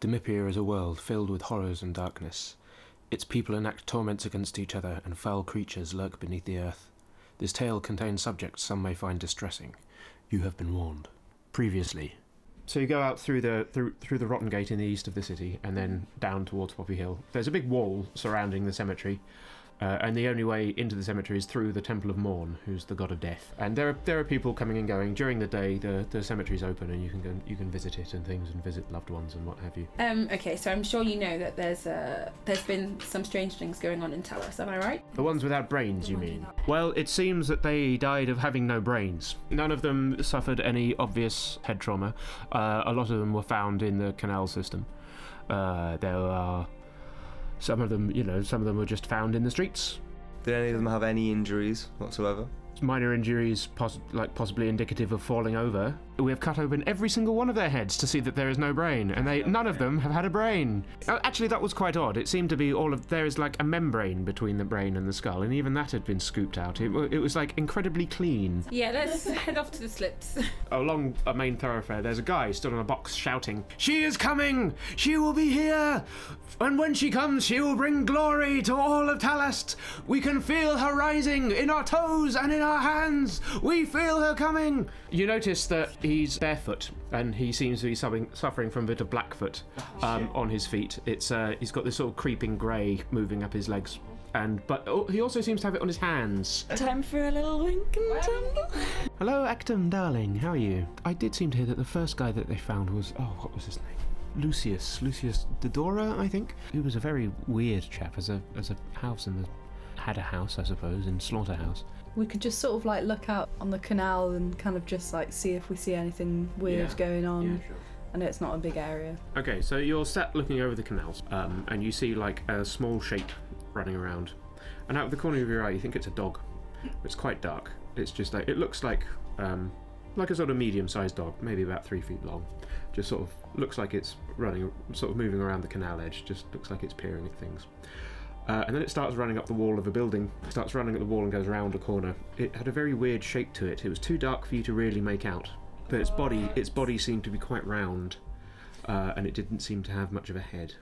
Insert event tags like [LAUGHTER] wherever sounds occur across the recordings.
Demipia is a world filled with horrors and darkness. Its people enact torments against each other, and foul creatures lurk beneath the earth. This tale contains subjects some may find distressing. You have been warned. Previously. So you go out through the through, through the Rotten Gate in the east of the city, and then down towards Poppy Hill. There's a big wall surrounding the cemetery, uh, and the only way into the cemetery is through the Temple of Morn, who's the god of death. And there are there are people coming and going during the day. the The cemetery's open, and you can go you can visit it and things, and visit loved ones and what have you. Um, okay, so I'm sure you know that there's uh, there's been some strange things going on in Talos. Am I right? The ones without brains, you mean? Well, it seems that they died of having no brains. None of them suffered any obvious head trauma. Uh, a lot of them were found in the canal system. Uh, there are some of them, you know, some of them were just found in the streets. Did any of them have any injuries whatsoever? Minor injuries, poss- like possibly indicative of falling over. We have cut open every single one of their heads to see that there is no brain, and they none of them have had a brain. Oh, actually, that was quite odd. It seemed to be all of there is like a membrane between the brain and the skull, and even that had been scooped out. It, wa- it was like incredibly clean. Yeah, let's [LAUGHS] head off to the [LAUGHS] slips. Along a main thoroughfare, there's a guy stood on a box shouting, "She is coming! She will be here! And when she comes, she will bring glory to all of Talast! We can feel her rising in our toes and in our hands! We feel her coming!" You notice that he's barefoot, and he seems to be suffering, suffering from a bit of blackfoot um, on his feet. It's uh, he's got this sort of creeping grey moving up his legs, and but oh, he also seems to have it on his hands. Time for a little wink and tumble. Hello, Actum, darling. How are you? I did seem to hear that the first guy that they found was oh, what was his name? Lucius, Lucius Dodora, I think. He was a very weird chap. As a as a house in the had a house, I suppose, in slaughterhouse. We could just sort of like look out on the canal and kind of just like see if we see anything weird Yeah. going on. sure. I know it's not a big area. Okay, so you're sat looking over the canals, um, and you see like a small shape running around, and out of the corner of your eye, you think it's a dog. It's quite dark. It's just like it looks like um, like a sort of medium-sized dog, maybe about three feet long. Just sort of looks like it's running, sort of moving around the canal edge. Just looks like it's peering at things. Uh, and then it starts running up the wall of a building. It starts running at the wall and goes round a corner. It had a very weird shape to it. It was too dark for you to really make out, but its body its body seemed to be quite round uh, and it didn't seem to have much of a head.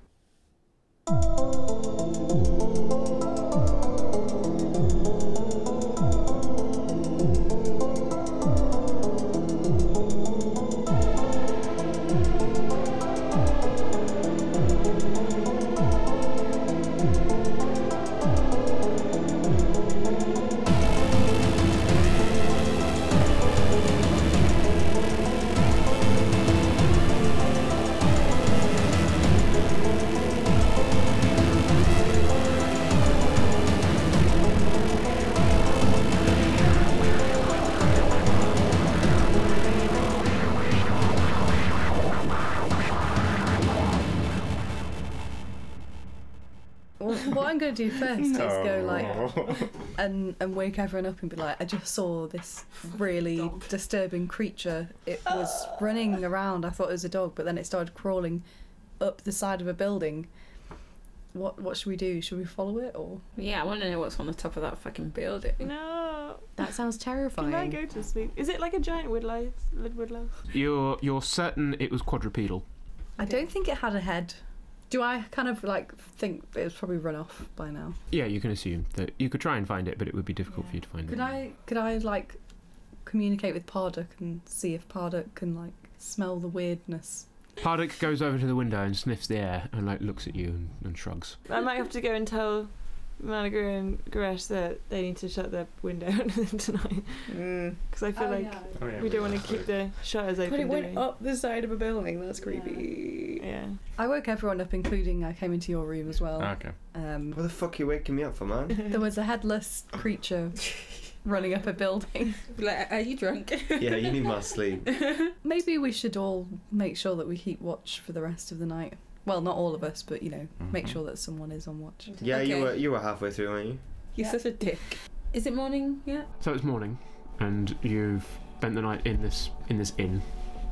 Well, what I'm going to do first is go like No. and and wake everyone up and be like, I just saw this really disturbing creature. It [GASPS] was running around. I thought it was a dog, but then it started crawling up the side of a building. What what should we do? Should we follow it or? yeah, I want to know what's on the top of that fucking building. No. That sounds Can I terrifying. go to sleep? Is it like a giant woodlouse? Lid woodlouse? You're you're certain it was quadrupedal. I don't think it had a head. Do I kind of like think it was probably run off by now? Yeah, you can assume that you could try and find it, but it would be difficult for you to find Could it. I could I like communicate with Parduk and see if Parduk can like smell the weirdness? Parduk goes over to the window and sniffs the air and like looks at you and, and shrugs. I might have to go and tell Managur and Goresh that they need to shut their window [LAUGHS] tonight Mm. because I feel Oh, like Oh, we don't want to keep the shutters open. But it do went we? up the side of a building. That's creepy. Yeah. I woke everyone up, including I came into your room as well. Okay. Um, What the fuck are you waking me up for, man? [LAUGHS] there was a headless [LAUGHS] creature running up a building. Like, are you drunk? yeah, you need my sleep. Maybe we should all make sure that we keep watch for the rest of the night. Well, not all of us, but you know, make Mm-hmm. Mhm. sure that someone is on watch. Yeah, Okay. you were you were halfway through, weren't you? You're such a dick. Is it morning yet? So it's morning, and you've spent the night in this in this inn,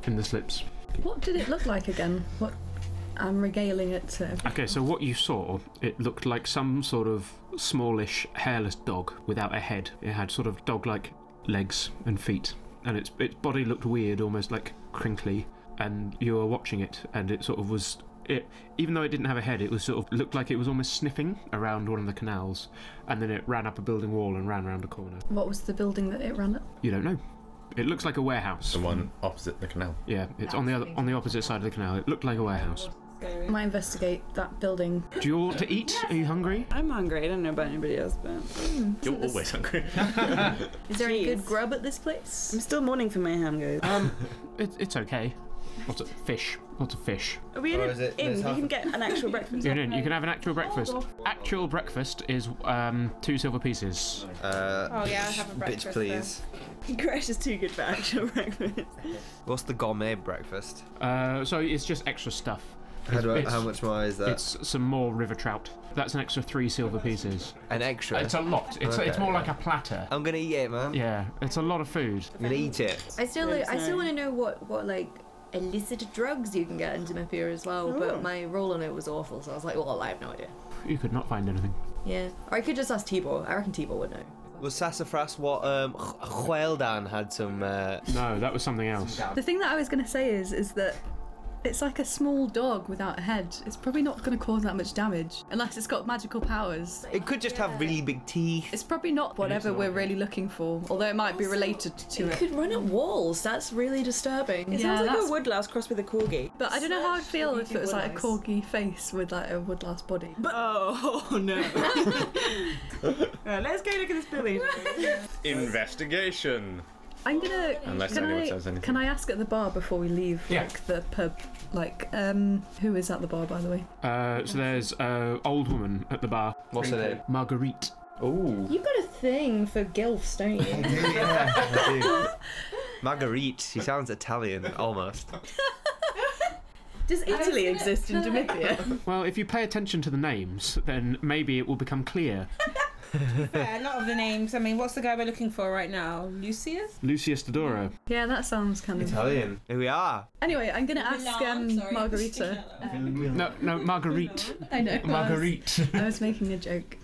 in the slips. What did it look like again? What I'm regaling it to. everyone. Okay, so what you saw, it looked like some sort of smallish, hairless dog without a head. It had sort of dog-like legs and feet, and its its body looked weird, almost like crinkly. And you were watching it, and it sort of was it, even though it didn't have a head, it was sort of looked like it was almost sniffing around one of the canals, and then it ran up a building wall and ran around a corner. What was the building that it ran up? You don't know. It looks like a warehouse. The one opposite the canal. Yeah, it's on the other, on the opposite side of the canal. It looked like a warehouse. Scary. Might investigate that building. Do you all want to eat? Are you hungry? I'm hungry. I don't know about anybody else, but You're [LAUGHS] always hungry. Is there any good Jeez. grub at this I'm place? still mourning for my ham, guys. [LAUGHS] Um, it, it's okay. Lots of fish. Lots of fish. Are we in Oh, an is it- inn? there's We half- can get an actual breakfast. You can, you can have an actual breakfast. Actual breakfast is um, two silver pieces. Uh, Oh, yeah, I have a breakfast Bitch, please. [LAUGHS] Gresh is too good for actual [LAUGHS] breakfast. What's the gourmet breakfast? Uh, so it's just extra stuff. How, do I, It's- how much more is that? It's some more river trout. That's an extra three silver pieces. An extra. It's a lot. It's, it's Okay. Um, more like a platter. I'm gonna eat it, man. Yeah, it's a lot of food. I'm gonna eat it. I still, Yes, I no. still want to know what, what like illicit drugs you can get in Demepia as well. Oh. But my roll on it was awful, so I was like, well, I have no idea. You could not find anything. Yeah, or I could just ask Tibor. I reckon Tibor would know. Was sassafras what um Hueldan had some uh No, that was something else. The thing that I was going to say is, is that it's like a small dog without a head. It's probably not going to cause that much damage unless it's got magical powers. it could just have really big teeth. It's probably not whatever not, we're yeah. really looking for, although it might be Also, related to It it. could run at walls. That's really disturbing. Yeah, It sounds like that's- a woodlouse crossed with a corgi. But I don't know how I'd feel you if do it was like a realise. corgi face with like a woodlouse body. Oh, [LAUGHS] [LAUGHS] no. Right, let's go look at this building. Investigation. I'm gonna. Unless can anyone I, says anything. Can I ask at the bar before we leave, Yeah. like the pub, like um, who is at the bar by the way? Uh, so there's uh, old woman at the bar. What's her name? Marguerite. Ooh. You've got a thing for gilfs, don't [LAUGHS] you? Marguerite, she sounds Italian almost. Does Italy exist in [LAUGHS] Demithia? Well, if you pay attention to the names, then maybe it will become clear. Yeah, a lot of the names. I mean, what's the guy we're looking for right now? Lucius? Lucius Dodoro. Yeah, that sounds kind of. Italian. Here we are. Anyway, I'm gonna ask Milan, um, sorry. [LAUGHS] Margarita. Um, No, no, Marguerite. I know. Marguerite. I was, I was making a joke.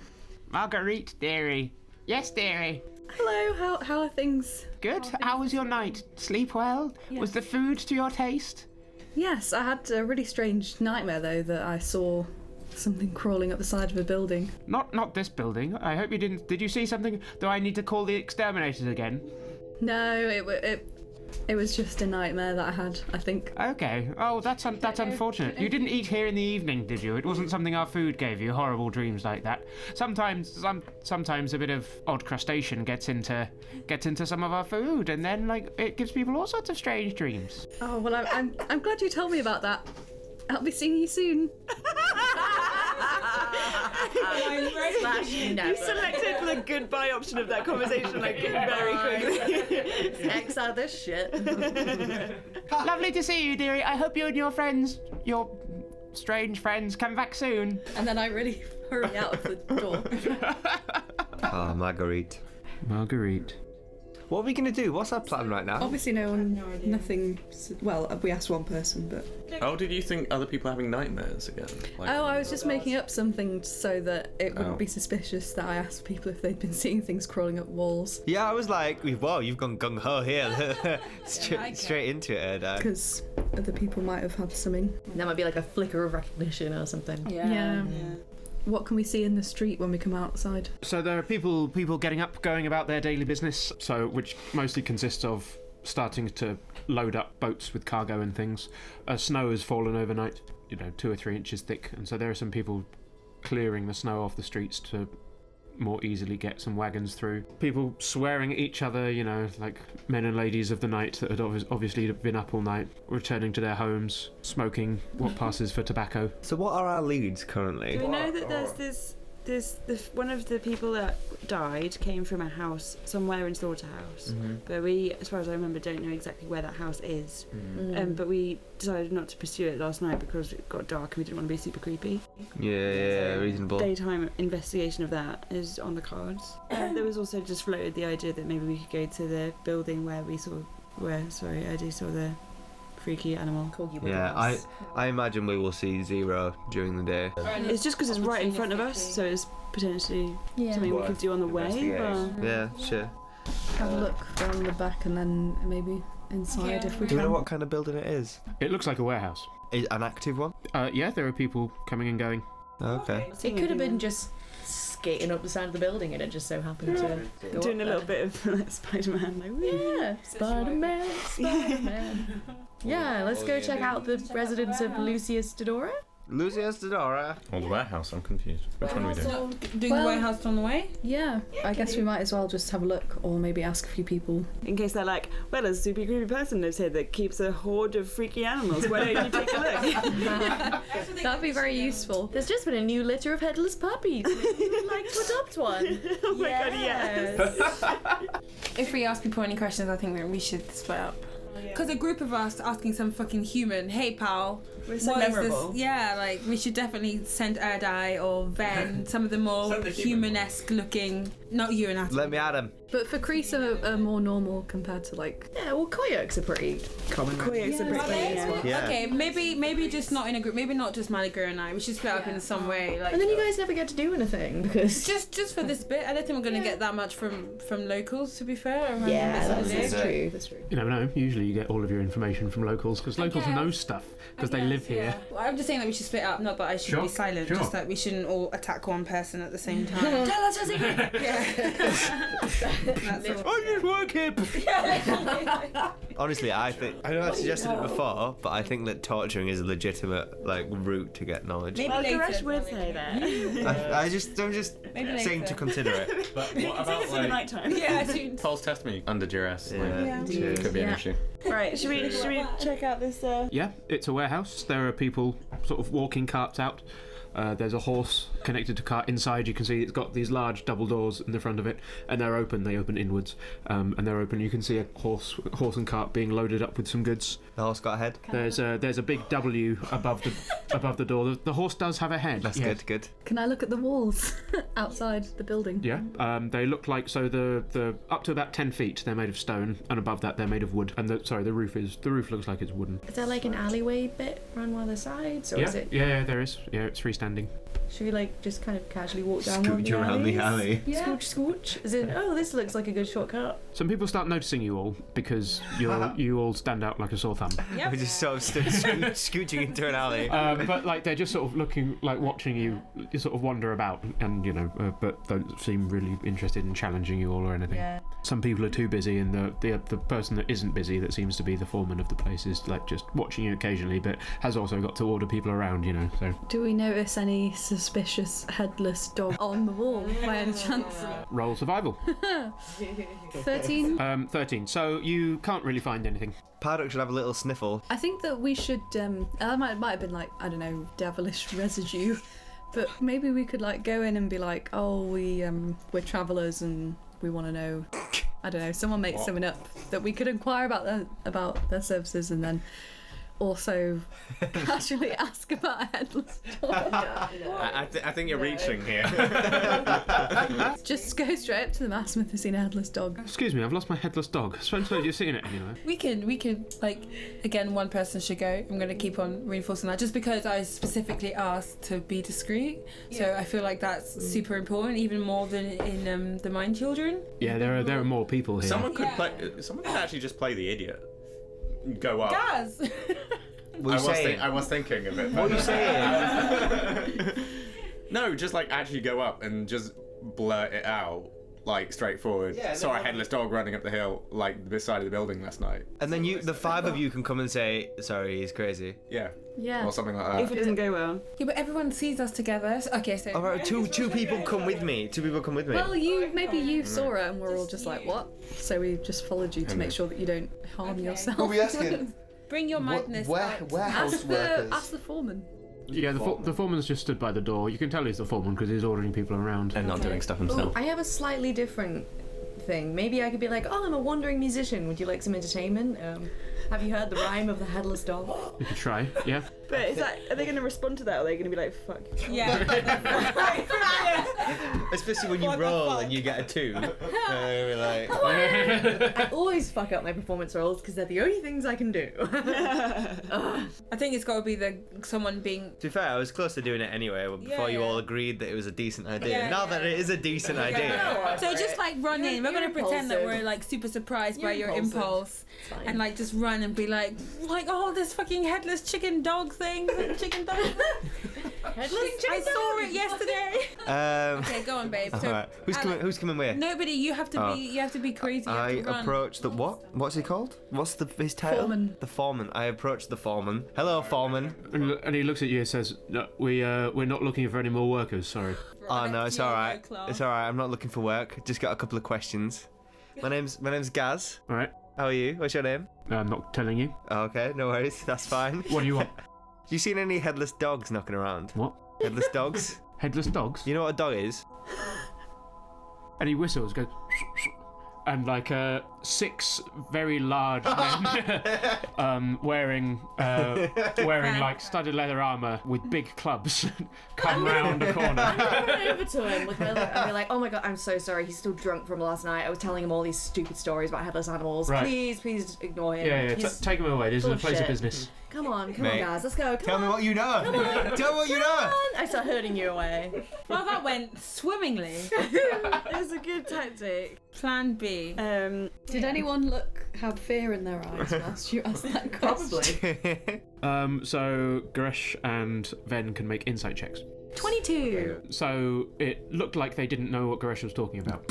Marguerite, dearie. Yes, dearie. Hello, how how are things? Good. How was your night? Sleep well? Was the food to your taste? Yes, I had a really strange nightmare though that I saw something crawling up the side of a building. Not, not this building. I hope you didn't. Did you see something? Though I need to call the exterminators again. No, it wa- it it was just a nightmare that I had. I think. Okay. Oh, that's un- that's unfortunate. You didn't eat here in the evening, did you? It wasn't something our food gave you. Horrible dreams like that. Sometimes, some sometimes a bit of odd crustacean gets into gets into some of our food, and then like it gives people all sorts of strange dreams. Oh well, I'm I'm, I'm glad you told me about that. I'll be seeing you soon. You selected the goodbye option of that conversation [LAUGHS] like very quickly. X out this shit. Lovely to see you, dearie. I hope you and your friends, your strange friends, come back soon. And then I really [LAUGHS] hurry out of the door. Ah, Marguerite. Marguerite. What are we gonna do? What's our plan right now? Obviously, no one. nothing. s- Well, we asked one person, but. How did you think other people are having nightmares again? Like, Oh, I was just making up something so that it wouldn't Oh. be suspicious that I asked people if they'd been seeing things crawling up walls. Yeah, I was like, wow, you've gone gung ho here. [LAUGHS] straight, straight into it, Erdo. Because other people might have had something. That might be like a flicker of recognition or something. Yeah. What can we see in the street when we come outside? So there are people people getting up, going about their daily business. So which mostly consists of starting to load up boats with cargo and things. Uh, snow has fallen overnight, you know, two or three inches thick, and so there are some people clearing the snow off the streets to more easily get some wagons through. People swearing at each other, you know, like men and ladies of the night that had obvi- obviously been up all night, returning to their homes, smoking what passes for tobacco. So what are our leads currently? Do we know that there's this, this, the, one of the people that died came from a house somewhere in Slaughterhouse, Mm. but we, as far as I remember, don't know exactly where that house is. Mm-hmm. Mm. Um, but we decided not to pursue it last night because it got dark and we didn't want to be super creepy. Yeah, yeah, reasonable. Daytime investigation of that is on [COUGHS] the cards. Uh, there was also just floated the idea that maybe we could go to the building where we saw, where sorry, I do saw the freaky animal. Yeah, I, I imagine we will see zero during the day. It's just because it's right in front of us, so it's potentially Yeah. something we Worth could do on the way. But... Yeah, sure. Have a look round the back and then maybe inside if we Do can. we know what kind of building it is? It looks like a warehouse. i- an active one? Uh, yeah, there are people coming and going. Okay. It could have been just skating up the side of the building and it just so happened to go Doing a up little bit of [LAUGHS] like Spider Man, like, there. woo. Yeah, Spider-Man, [LAUGHS] Spider-Man. Oh, yeah, let's go check out the residence of Lucius Dodora. Lucius Dodora. Or the warehouse, I'm confused. Which one are we doing? Doing Well- the warehouse on the way? Yeah, I guess we might as well just have a look or maybe ask a few people. In case they're like, well, a super creepy person lives here that keeps a horde of freaky animals. Why don't you take a look? [LAUGHS] That'd be very useful. There's just been a new litter of headless puppies. Would you like to adopt one? [LAUGHS] oh my god, yes. If we ask people any questions, I think that we should split up. Because a group of us asking some fucking human, hey pal, We're what is this? Yeah, like we should definitely send Erdai or [LAUGHS] Ven, some of the more Send the human humanesque looking, not you and I. Let me at him. [LAUGHS] But for Crease are, are more normal compared to like. Yeah, well, coyotes are pretty common. Queers are pretty, yeah. Yeah. Okay, maybe maybe just not in a group. Maybe not just Maligur and I. We should split up in some way. Like And then you guys never get to do anything because just just for this bit, I don't think we're gonna get that much from from locals. To be fair, around this village. true. That's true. You never know. Usually you get all of your information from locals because I locals guess. know stuff because I they guess, live here. yeah. Well, I'm just saying that we should split up, not that I should Sure, be silent, sure. just that we shouldn't all attack one person at the same time. Tell us That's all. I'm just working. Honestly, I think I know I suggested it before, but I think that torturing is a legitimate like route to get knowledge. Maybe Well, later. Goresh would say that. I, I just I'm just Maybe saying to later. consider it. But You what can take it about for the like night time. Yeah, dude. false testimony under duress? like, Yeah. it cheers. Could be an Yeah. issue. Right, should we should we check out this uh Yeah, it's a warehouse. There are people sort of walking carts out. Uh, there's a horse connected to cart inside. You can see it's got these large double doors in the front of it, and they're open. They open inwards, um, and they're open. You can see a horse, horse and cart being loaded up with some goods. The horse got a head. There's a there's a big W above the above the door. The, the horse does have a head. That's yeah. good, good. Can I look at the walls [LAUGHS] outside the building? Yeah, um, they look like so the the up to about ten feet they're made of stone, and above that they're made of wood. And the sorry, the roof is the roof looks like it's wooden. Is there like an alleyway bit around one of the sides, or yeah, is it? yeah, yeah, there is. Yeah, it's freestanding. Should we like just kind of casually walk down one of Scooch around the alleys? alley. Yeah. Scooch, scooch. As in, oh, this looks like a good shortcut. Some people start noticing you all because [LAUGHS] you all you all stand out like a sore thumb. [LAUGHS] We just sort of stood scoo- scooching into an alley. Um, but like they're just sort of looking, like watching you, you sort of wander about, and you know, uh, but don't seem really interested in challenging you all or anything. Yeah. Some people are too busy, and the, the the person that isn't busy, that seems to be the foreman of the place, is like just watching you occasionally, but has also got to order people around, you know. So Do we notice any suspicious headless dog on the wall by [LAUGHS] any chance? roll survival. 13? Um, Thirteen. So you can't really find anything. Paddock should have a little sniffle. I think that we should. Um, I might might have been like I don't know, devilish [LAUGHS] residue, but maybe we could like go in and be like, oh, we um, we're travellers and we want to know. I don't know. Someone makes something up that we could inquire about their about their services and then [LAUGHS] also casually ask about a headless dog. I, I, th- I think you're reaching here. Just go straight up to the master and seen a headless dog. Excuse me, I've lost my headless dog. I suppose you've seen it anyway. We can, we can, like, again, one person should go. I'm going to keep on reinforcing that just because I specifically asked to be discreet. So I feel like that's Mm. super important, even more than in um, The Mind Children. Yeah, there are there are more people here. Someone could Yeah. play. Someone could actually just play the idiot. Go up. Gaz! What are I you was, saying? think- I was thinking of it. What are you saying? [LAUGHS] no, just like actually go up and just blurt it out, like straightforward. Yeah, Saw a no- headless dog running up the hill, like this side of the building last night. and then you, the five of you, can come and say, "Sorry, he's crazy." Yeah, Yeah. or something like if that. it doesn't go well? [LAUGHS] yeah, but everyone sees us together. So, okay, so. All right, two two people come with me. Two people come with me. Well, you maybe you saw it and we're all just like, what? So we just followed you to make sure that you don't harm yourself. [LAUGHS] asking? Bring your madness. out. Ask the, ask the foreman. Yeah, the, fo- foreman. the foreman's just stood by the door. You can tell he's the foreman because he's ordering people around. And not doing stuff himself. Oh, I have a slightly different thing. Maybe I could be like, oh, I'm a wandering musician. Would you like some entertainment? Um, have you heard the rhyme of the [LAUGHS] headless dog? You could try, yeah. But is that are they gonna respond to that or are they gonna be like fuck Yeah. [LAUGHS] Especially when you roll and you get a two. Uh, like, I always fuck up my performance roles because they're the only things I can do. [LAUGHS] [LAUGHS] I think it's got to be the someone being. to be fair, I was close to doing it anyway before you yeah. all agreed that it was a decent idea. Yeah, now yeah. that it is a [LAUGHS] decent idea, So just like run You're- in. We're you're going to pretend that impulsive. we're like super surprised by your impulsive. impulse and like just run around and be like, like, oh, this fucking headless chicken dog thing, [LAUGHS] the chicken dog. I saw it yesterday. [LAUGHS] Um, okay, go on, babe. So, [LAUGHS] all right. Who's Alan- coming? Who's coming where? Nobody, you have to Oh. be, you have to be crazy. You have I to run. approach the what? What's he called? What's the his title? Foreman. The foreman. I approach the foreman. Hello, foreman. And lo- and he looks at you and says, no, "We uh, we're not looking for any more workers. Sorry." Oh no, it's all right. Yellow claw. It's all right. I'm not looking for work. Just got a couple of questions. My name's my name's Gaz. All right, How are you? What's your name? I'm not telling you. Oh, okay, no worries. [LAUGHS] That's fine. What do you want? You seen any headless dogs knocking around? What? Headless dogs? Headless dogs? You know what a dog is? And he whistles, goes, and like uh, six very large men [LAUGHS] um, wearing uh, wearing like studded leather armor with big clubs [LAUGHS] come round a [LAUGHS] corner. I went over to him with my look [LAUGHS] and be like, oh my god, I'm so sorry. He's still drunk from last night. I was telling him all these stupid stories about headless animals. Right. Please, please just ignore him. Yeah, yeah. T- He's- take him away. This is a place of Bullshit. business. come on, come Mate, on, guys. Let's go. Come Tell on. me what you know. [LAUGHS] Tell me what you know. I start herding you away. Well, that went swimmingly. That's a good tactic. Plan B. Um, Did anyone look have fear in their eyes whilst you asked that question? [LAUGHS] Probably. Um, so Gresh and Ven can make insight checks. 22. So it looked like they didn't know what Gresh was talking about.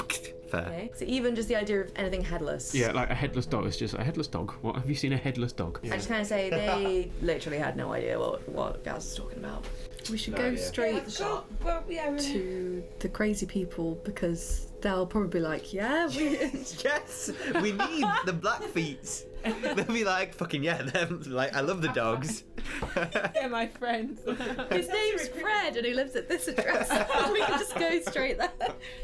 Fair. Okay. So even just the idea of anything headless. Yeah, like a headless dog. It's just a headless dog. What have you seen a headless dog? I just kind of say they literally had no idea what what Gaz was talking about. We should go straight Go- go- yeah, really. to the crazy people because they'll probably be like, [LAUGHS] yeah, we. Yes, we need the Blackfeets. They'll be like, fucking yeah, them. Like, I love the dogs. [LAUGHS] They're my [LAUGHS] friends. His name's Fred and he lives at this [LAUGHS] address. we can just go straight there,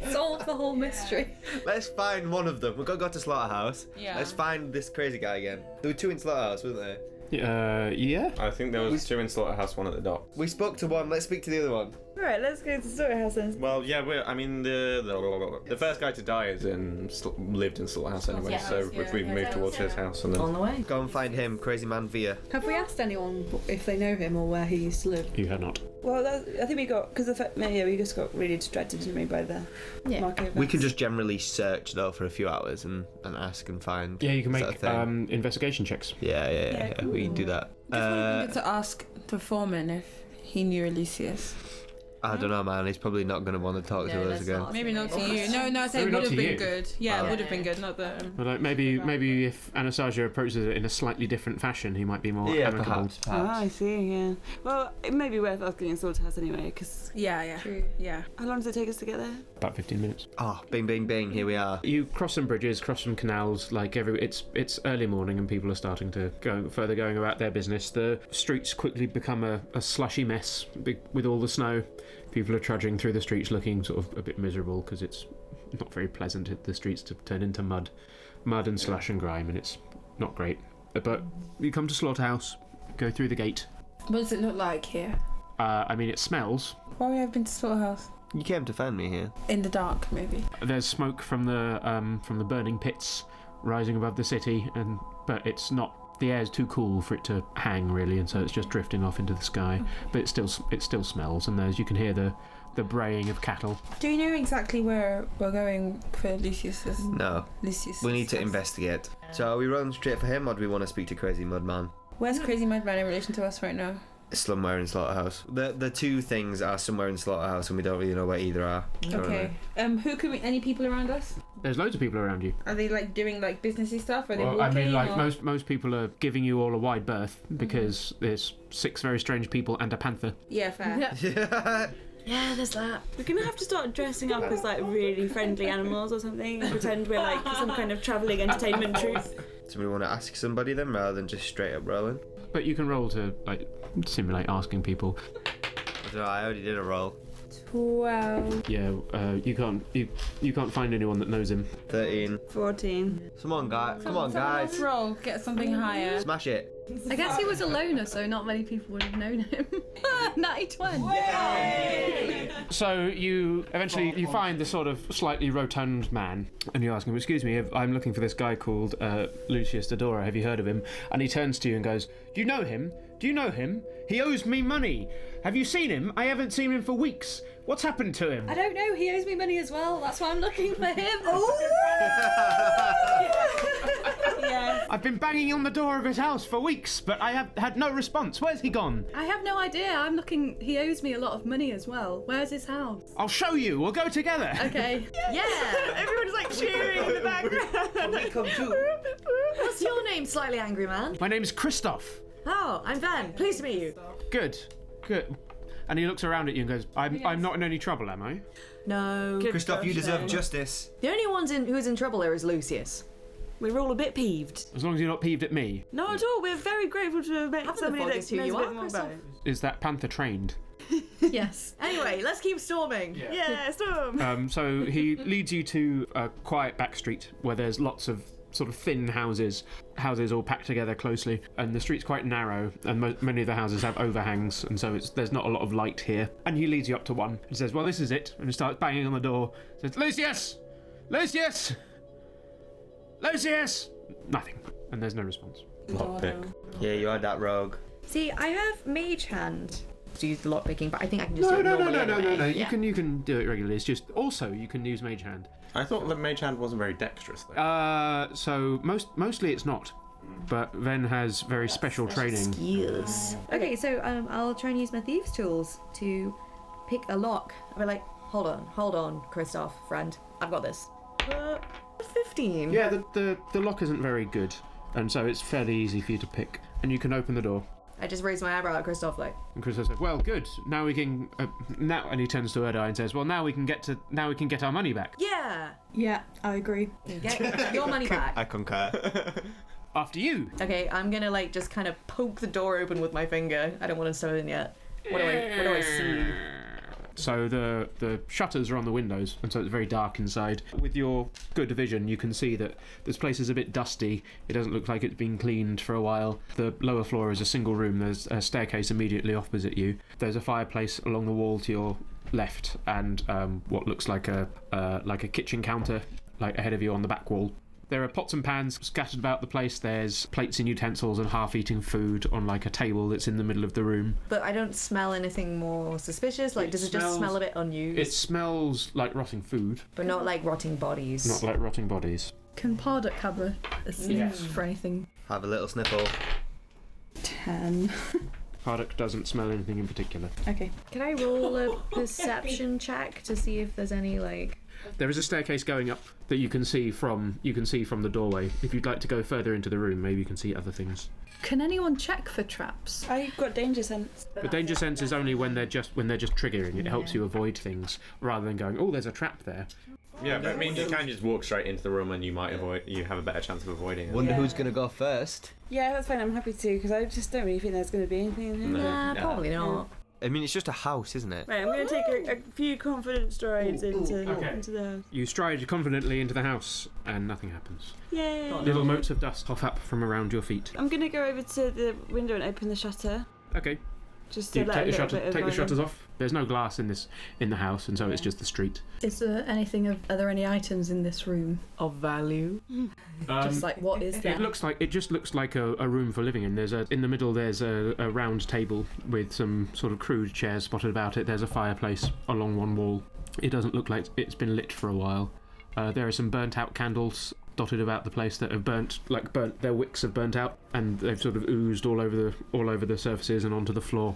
solve the whole mystery. Let's find one of them. We've got to go to Slaughterhouse. Yeah. Let's find this crazy guy again. There were two in Slaughterhouse, weren't there? Uh, yeah. I think there was two in Slaughterhouse, one at the dock. We spoke to one. Let's speak to the other one. right, let's go to Storehouse then. Well, yeah, we're, I mean, the, the the first guy to die is in sl- lived in Slaughterhouse anyway, so if we move towards his house and Oh, then. On the way. Go and find him, crazy man Via. Have we asked anyone if they know him or where he used to live? You had not. Well, that, I think we got because the fact, yeah, we just got really distracted, didn't we, by the Yeah. market. We can just generally search though for a few hours and, and ask and find. Yeah, you can Is that a make thing? um, investigation checks. Yeah, yeah, yeah. Yeah, yeah, We can do that. I Uh, wanted to ask the foreman if he knew Elysius. I don't know, man. He's probably not going to want to Oh, talk No, to us let's again. not. Maybe not to Yeah. you. No, no, I say Maybe it not would to have been you. good. Yeah, Oh. it would have been good. Not that. Um, But like maybe maybe if Anastasia approaches it in a slightly different fashion, he might be more Yeah, amicable. perhaps. Ah, I perhaps. see. Yeah. Well, it may be worth asking in Slaughterhouse anyway, because yeah, yeah, yeah. how long does it take us to get there? About fifteen minutes. Oh, bing, bing, bing. Here we are. You cross some bridges, cross some canals. Like every, it's it's early morning and people are starting to go further, going about their business. The streets quickly become a, a slushy mess be- with all the snow. People are trudging through the streets, looking sort of a bit miserable because it's not very pleasant. It, the streets to turn into mud, mud and slush and grime, and it's not great. But you come to Slaughterhouse, go through the gate. What does it look like here? Uh, I mean, it smells. Why would I have been to Slaughterhouse? You came to find me here. In the dark, maybe. There's smoke from the um, from the burning pits rising above the city, and but it's not. The air's too cool for it to hang really, and so it's just drifting off into the sky. Mm. But it still it still smells, and there's you can hear the the braying of cattle. Do you know exactly where we're going for Lucius's? No, Lucius. we need to investigate. So, are we running straight for him, or do we want to speak to Crazy Mudman? Where's Crazy Madman in relation to us right now? Somewhere in Slaughterhouse. The the two things are somewhere in Slaughterhouse, and we don't really know where either are. currently. Okay. Um, who could we? Any people around us? There's loads of people around you. Are they like doing like businessy stuff? Are they Well, I walking? mean, like or- Mm-hmm. most most people are giving you all a wide berth because there's six very strange people and a panther. Yeah, fair. Yeah, there's that. We're gonna have to start dressing up as like really friendly animals or something. and Pretend we're [LAUGHS] like some kind of travelling entertainment troupe. [LAUGHS] So, we want to ask somebody then, rather than just straight up rolling. But you can roll to like simulate asking people. I don't know, I already did a roll. Twelve. Yeah, uh, you can't you you can't find anyone that knows him. 13. Fourteen. Come on, guys. Come on, guys. Roll. Get something [LAUGHS] higher. Smash it. I guess he was a loner, so not many people would have known him. [LAUGHS] 91. So you eventually you find this sort of slightly rotund man, and you ask him, "Excuse me, if- I'm looking for this guy called uh, Lucius Dodora. Have you heard of him?" And he turns to you and goes, "Do you know him? Do you know him? He owes me money. Have you seen him? I haven't seen him for weeks. What's happened to him?" I don't know, he owes [LAUGHS] me Oh! money as well, that's why I'm looking for him. yes. I've been banging on the door of his house for weeks, but I have had no response. Where's he gone? I have no idea. I'm looking. He owes me a lot of money as well. Where's his house? I'll show you. We'll go together. [LAUGHS] Okay. [LAUGHS] Yeah. Everyone's like cheering in the background. We come too. What's your name, slightly angry man? My name's Christoph. Oh, I'm Van. Pleased to meet you. Good. Good. And he looks around at you and goes, I'm, I'm not in any trouble, am I? Oh, No. Christoph, you deserve justice. The only ones in who's in trouble here is Lucius. We're all a bit peeved. As long as you're not peeved at me. No, at all. We're very grateful to have met Haven't the somebody that knows foggiest who you a bit are, more about it. Is that panther trained? yes. Anyway, let's keep storming. Yeah, Storm. Um, so he leads you to a quiet back street where there's lots of sort of thin houses, houses all packed together closely, and the street's quite narrow, and mo- many of the houses have overhangs, and so it's, there's not a lot of light here. And he leads you up to one and says, "Well, this is it," and he starts banging on the door. Says, "Lucius, Lucius, Lucius." Nothing, and there's no response. Lockpick. Yeah, you are that rogue. See, I have mage hand to use the lock picking, but I think I can just No, do it no, no, normally no, no, anyway. no, no. You Yeah. can you can do it regularly. It's just also you can use mage hand. I thought that Mage Hand wasn't very dexterous though. Uh, so most mostly it's not, but Ven has very special training. Yes. Okay, so um, I'll try and use my thieves' tools to pick a lock. I'll be like, hold on, hold on, Christoph, friend. I've got this. Uh, 15. Yeah, the, the the lock isn't very good, and so it's fairly easy for you to pick, and you can open the door. I just raised my eyebrow at Christoph, like, And Chris says, "Well, good. Now we can uh, now." And he turns to Erdai and says, "Well, now we can get to now we can get our money back yeah, Yeah, I agree. [LAUGHS] get your money back. I concur. after you." Okay, I'm gonna like just kind of poke the door open with my finger. I don't want to sew in yet. What do I, what do I see? Mm. So the the shutters are on the windows, and so it's very dark inside. With your good vision, you can see that this place is a bit dusty. It doesn't look like it's been cleaned for a while. The lower floor is a single room. There's a staircase immediately opposite you. There's a fireplace along the wall to your left, and um, what looks like a uh, like a kitchen counter, like ahead of you on the back wall. There are pots and pans scattered about the place. There's plates and utensils and half-eaten food on like a table that's in the middle of the room. But I don't smell anything more suspicious. Like, It does it just smells- smell a bit unused? It smells like rotting food, But not like rotting bodies. not like rotting bodies. Can Parduk have a, a sniff for anything? Have a little sniffle. Ten. Hardock doesn't smell anything in particular. Okay. Can I roll a [LAUGHS] perception check to see if there's any like? There is a staircase going up that you can see from you can see from the doorway. If you'd like to go further into the room, maybe you can see other things. Can anyone check for traps? [LAUGHS] I got danger sense. But danger sense is only when they're just when they're just triggering. It helps you avoid things rather than going, oh, there's a trap there. yeah, but I mean, you can just walk straight into the room and you might avoid. You have a better chance of avoiding it. Wonder who's gonna go first. Yeah, that's fine. I'm happy to because I just don't really think there's going to be anything in here. No, Nah, no. probably not. I mean, it's just a house, isn't it? Right, I'm going to take a, a few confident strides into, into the house. You stride confidently into the house, and nothing happens. Yay! Little motes of dust puff up from around your feet. I'm going to go over to the window and open the shutter. Okay, Just to you let take a the little shutter, bit of take the light in. shutters off. There's no glass in this in the house, and so it's just the street. Is there anything of? Are there any items in this room? Of value. Just like what is there? Um, It looks like it just looks like a, a room for living in. There's a in the middle there's a, a round table with some sort of crude chairs spotted about it. There's a fireplace along one wall. It doesn't look like it's been lit for a while. Uh, there are some burnt out candles dotted about the place that have burnt like burnt their wicks have burnt out and they've sort of oozed all over the all over the surfaces and onto the floor.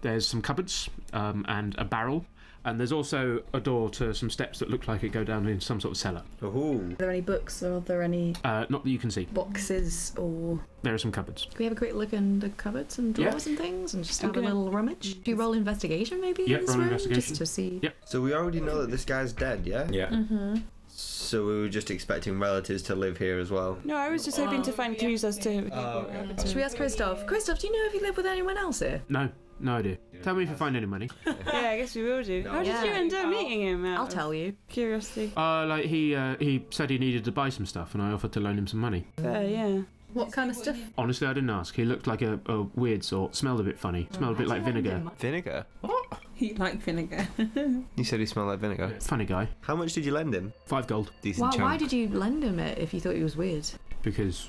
There's some cupboards um, and a barrel. And there's also a door to some steps that look like it go down into some sort of cellar. Ooh. Are there any books? Are there any Uh, not that you can see. boxes or? There are some cupboards. Can we have a quick look in the cupboards and Yeah. drawers and things and just I'm have a gonna- little rummage? Do you roll investigation maybe Yeah, in this roll room? investigation. Just to see. Yeah. So we already know that this guy's dead, yeah? Yeah. So we were just expecting relatives to live here as well. No, I was just hoping to find clues as to. Oh, Should we ask Christoph? Christoph, do you know if you live with anyone else here? No, no idea. Tell me if you find any money. yeah, I guess we will do. How did Yeah. you end up meeting him? out I'll of tell you. Curiosity. Uh, like he uh, he said he needed to buy some stuff, and I offered to loan him some money. Um, Uh, yeah. What kind of stuff? Honestly, I didn't ask. He looked like a, a weird sort. Smelled a bit funny. Smelled a bit like vinegar. Vinegar? He liked vinegar. You said he smelled like vinegar. Funny guy. How much did you lend him? Five gold Decent Why, chunk. why did you lend him it if you thought he was weird? because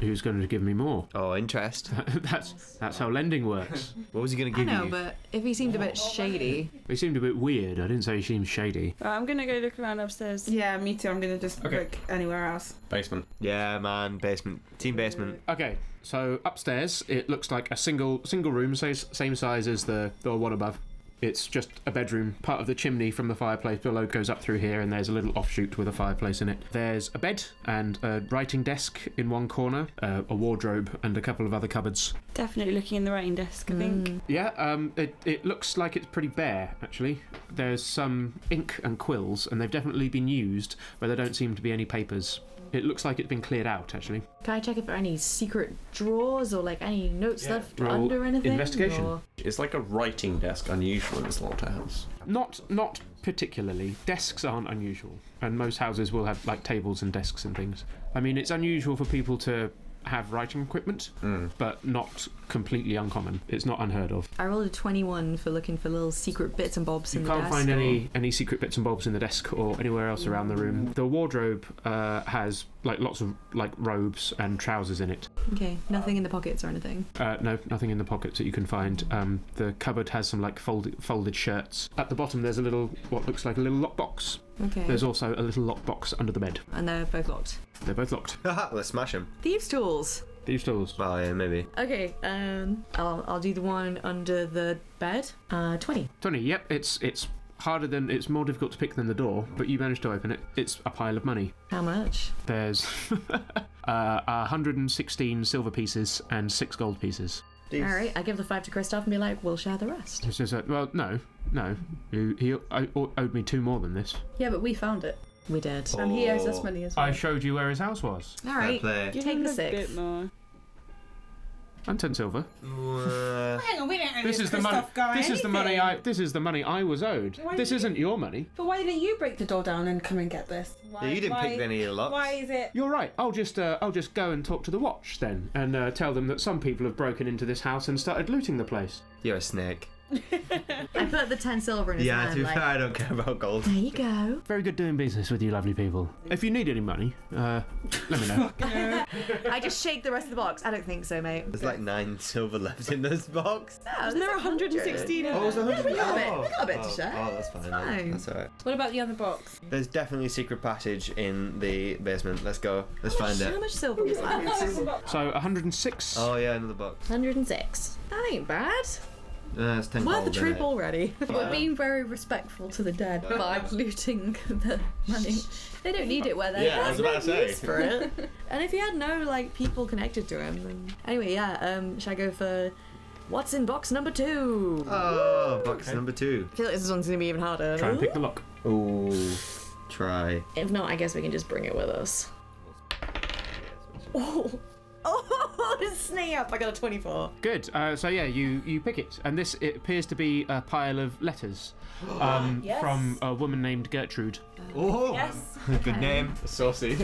who's going to give me more? [LAUGHS] Oh, interest. that's that's how lending works. What was he going to I give know, you? but if he seemed a bit shady, He seemed a bit weird. I didn't say he seemed shady. Well, I'm gonna go look around upstairs. Yeah, me too. I'm gonna just Okay. look anywhere else. Basement. Yeah, man, basement, team [LAUGHS] basement. Okay, so upstairs it looks like a single single room, same, same size as the the one above. It's just a bedroom. Part of the chimney from the fireplace below goes up through here, and there's a little offshoot with a fireplace in it. There's a bed and a writing desk in one corner, uh, a wardrobe, and a couple of other cupboards. Definitely looking in the writing desk. I think. Mm. Yeah, um, it, it looks like it's pretty bare, actually. There's some ink and quills, and they've definitely been used, but there don't seem to be any papers. It looks like it's been cleared out, actually. can I check if there are any secret drawers or like any notes left Roll under anything? investigation. or- It's like a writing desk, unusual in a slaughterhouse. Not not particularly. Desks aren't unusual, and most houses will have like tables and desks and things. I mean, it's unusual for people to have writing equipment, Mm. but not completely uncommon. It's not unheard of. I rolled a 21 for looking for little secret bits and bobs You in the can't desk. find any any secret bits and bobs in the desk or anywhere else around the room. The wardrobe uh, has like lots of like robes and trousers in it. Okay, nothing in the pockets or anything. Uh, no, nothing in the pockets that you can find. Um, the cupboard has some like folded folded shirts. At the bottom, there's a little what looks like a little lockbox. Okay. There's also a little lockbox under the bed. And they're both locked. They're both locked. Haha, Let's smash him. Thieves' tools. Thieves' tools. Well, yeah, maybe. Okay, um, I'll I'll do the one under the bed. Uh, twenty. Tony, yep, it's it's harder than it's more difficult to pick than the door, but you managed to open it. It's a pile of money. How much? [LAUGHS] There's uh, 116 silver pieces and six gold pieces. All right, I give the five to Christoph and be like, we'll share the rest. It's just like, uh, well, no, no, you, he I, owed me two more than this. Yeah, but we found it. We did. And he owes us Oh. money as well. I showed you where his house was All Fair right, play. Give Take him the a six. bit more. and ten silver. Uh, Hang on, we don't. This is the money. This is the money I. This is the money I was owed. Why This did- isn't your money. But why didn't you break the door down and come and get this? Why, yeah, you didn't why, pick any of the Why locks. is it? You're right. I'll just uh, I'll just go and talk to the watch then, and uh, tell them that some people have broken into this house and started looting the place. You're a snake. I put the ten silver in his Yeah, to hand. be like, fair, I don't care about gold. there you go. Very good doing business with you, lovely people. If you need any money, uh, let me [LAUGHS] know. I just shake the rest of the box. I don't think so, mate. There's like nine silver left in this box. No, Isn't there 116? Oh, was there 100? we got a bit- we got a bit to oh, share. Oh, that's fine. then. fine. That's alright. What about the other box? There's definitely a secret passage in the basement. Let's go. Let's find How it. much silver was left? So 106. Oh yeah, another box. Hundred and six. That ain't bad. Uh, it's ten Worth the gold in trip it. already. [LAUGHS] Yeah. We're being very respectful to the dead by looting [LAUGHS] the money. They don't need it where they're Yeah, I was dead. about to say. for it. and if he had no like people connected to him, then anyway, yeah. Um, should I go for what's in box number two? [LAUGHS] Oh, box number two. I feel like this one's gonna be even harder. Try and pick the lock. Ooh, try. If not, I guess we can just bring it with us. Oh, [LAUGHS] oh, snap! I got a twenty-four. Good. Uh, so yeah, you you pick it, and this it appears to be a pile of letters um, from a woman named Gertrude. Oh, yes. good name. [LAUGHS] Saucy.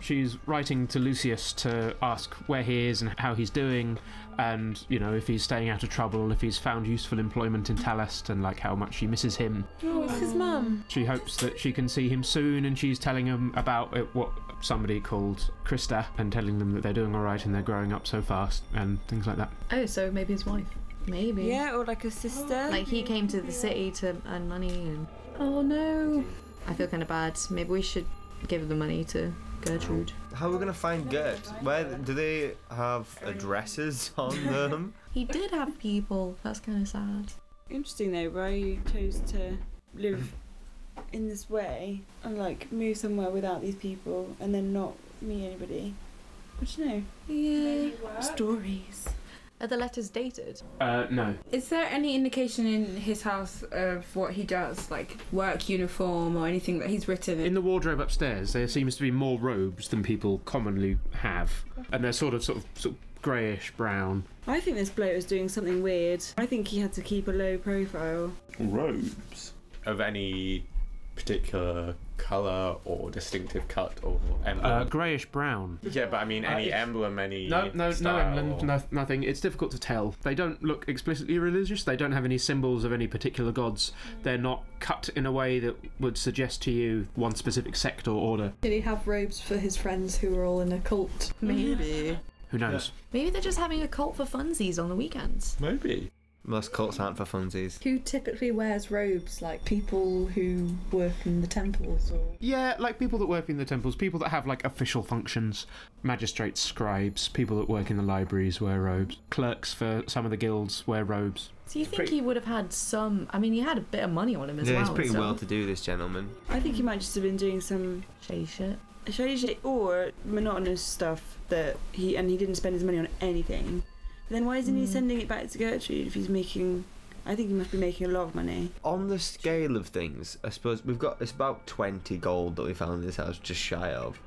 She's writing to Lucius to ask where he is and how he's doing, and you know if he's staying out of trouble, if he's found useful employment in Talest, and like how much she misses him. Oh, it's his mum. She hopes that she can see him soon, and she's telling him about it, what somebody called Krista, and telling them that they're doing all right and they're growing up so fast and things like that. Oh, so maybe his wife. Maybe. Yeah, or like a sister. Like he came to the city to earn money, and Oh no. I feel kind of bad. Maybe we should give the money to Gertrude. How are we gonna find Gert? Where do they have addresses on [LAUGHS] them? He did have people. That's kind of sad. Interesting though, why you chose to live in this way and like move somewhere without these people and then not meet anybody. I don't know. Yeah. Stories. Are the letters dated? Uh, no, Is there any indication in his house of what he does, like work uniform or anything that he's written? In the wardrobe upstairs, there seems to be more robes than people commonly have, and they're sort of sort of, sort of greyish brown. I think this bloke was doing something weird. I think he had to keep a low profile. Robes. Of any particular color or distinctive cut or emblem? Uh, Greyish brown. yeah, but I mean, Uh, any it's- emblem, any No, no, no style emblem, or- no, nothing. It's difficult to tell. They don't look explicitly religious. They don't have any symbols of any particular gods. They're not cut in a way that would suggest to you one specific sect or order. Did he have robes for his friends who were all in a cult? Maybe. Who knows? Maybe they're just having a cult for funsies on the weekends. Maybe. Most cults aren't for funsies. Who typically wears robes, like people who work in the temples or Yeah, like people that work in the temples, people that have like official functions, magistrates, scribes, people that work in the libraries wear robes, clerks for some of the guilds wear robes. So you think he would have had some? I mean, he had a bit of money on him as Yeah, well. he's pretty so. well to do, this gentleman. I think he might just have been doing some Shady shit. shady shit or monotonous stuff that he and he didn't spend his money on anything. Then why isn't he sending it back to Gertrude if he's making? I think he must be making a lot of money. On the scale of things, I suppose we've got it's about 20 gold that we found in this house, just shy of.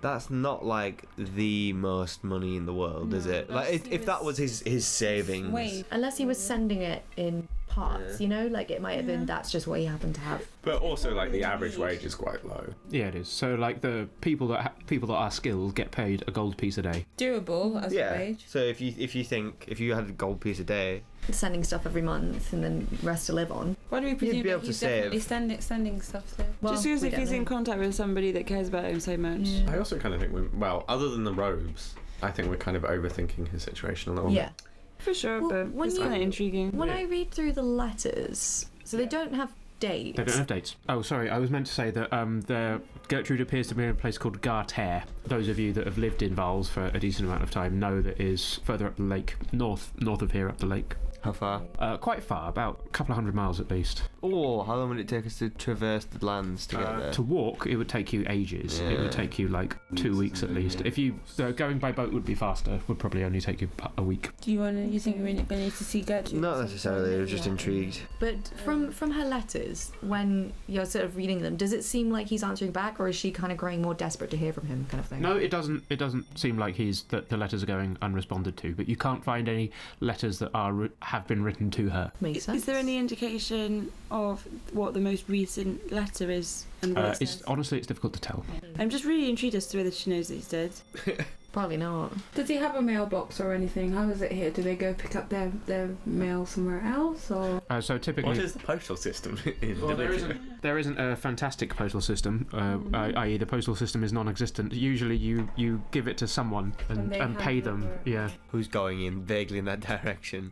That's not like the most money in the world, is it? Like if, if that was his his savings. Wait. Unless he was sending it in parts, you know, like it might have been that's just what he happened to have. But also, like the average wage is quite low. Yeah, it is. So like the people that ha- people that are skilled get paid a gold piece a day. Doable as Yeah. a wage. So if you if you think if you had a gold piece a day, Sending stuff every month and then rest to live on. Why do we presume be that able to he's save. definitely sending sending stuff there? Well, just because we if don't he's in know. contact with somebody that cares about him so much. I also kind of think we, well, other than the robes, I think we're kind of overthinking his situation a little. Yeah. For sure, Well, but when it's you- kind of intriguing. When I read through the letters, so they don't have dates. They don't have dates. Oh, sorry, I was meant to say that um, the Gertrude appears to be in a place called Garter. Those of you that have lived in Vals for a decent amount of time know that is further up the lake, north north of here, up the lake. how far? Uh, quite far, about a couple of hundred miles at least. Oh, how long would it take us to traverse the lands to Uh, get there? to walk, it would take you ages. It Yeah. would take you like two weeks at least. If you so going by boat would be faster. Would probably only take you a week. Do you want to? You think we're going to need to see Gertrude? Not necessarily. I was just Yeah. intrigued. But from from her letters, when you're sort of reading them, does it seem like he's answering back, or is she kind of growing more desperate to hear from him, kind of thing? No, it doesn't. It doesn't seem like he's that the letters are going unresponded to. But you can't find any letters that are wri- have been written to her. makes sense. Is there any indication of what the most recent letter is and what Uh, it it's says? honestly, it's difficult to tell. I'm just really intrigued as to whether she knows that he's dead. [LAUGHS] Probably not. Does he have a mailbox or anything? How is it here? Do they go pick up their, their mail somewhere else or? Uh, so What typically, is the postal system? [LAUGHS] in Well, there Dominion? isn't, there isn't a fantastic postal system, uh, Mm. i- i.e., the postal system is non-existent. Usually, you you give it to someone And and, they and pay hand them. over. Yeah. Who's going in vaguely in that [LAUGHS] direction,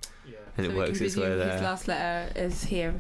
and it so we works can its way presume there. His last letter is here.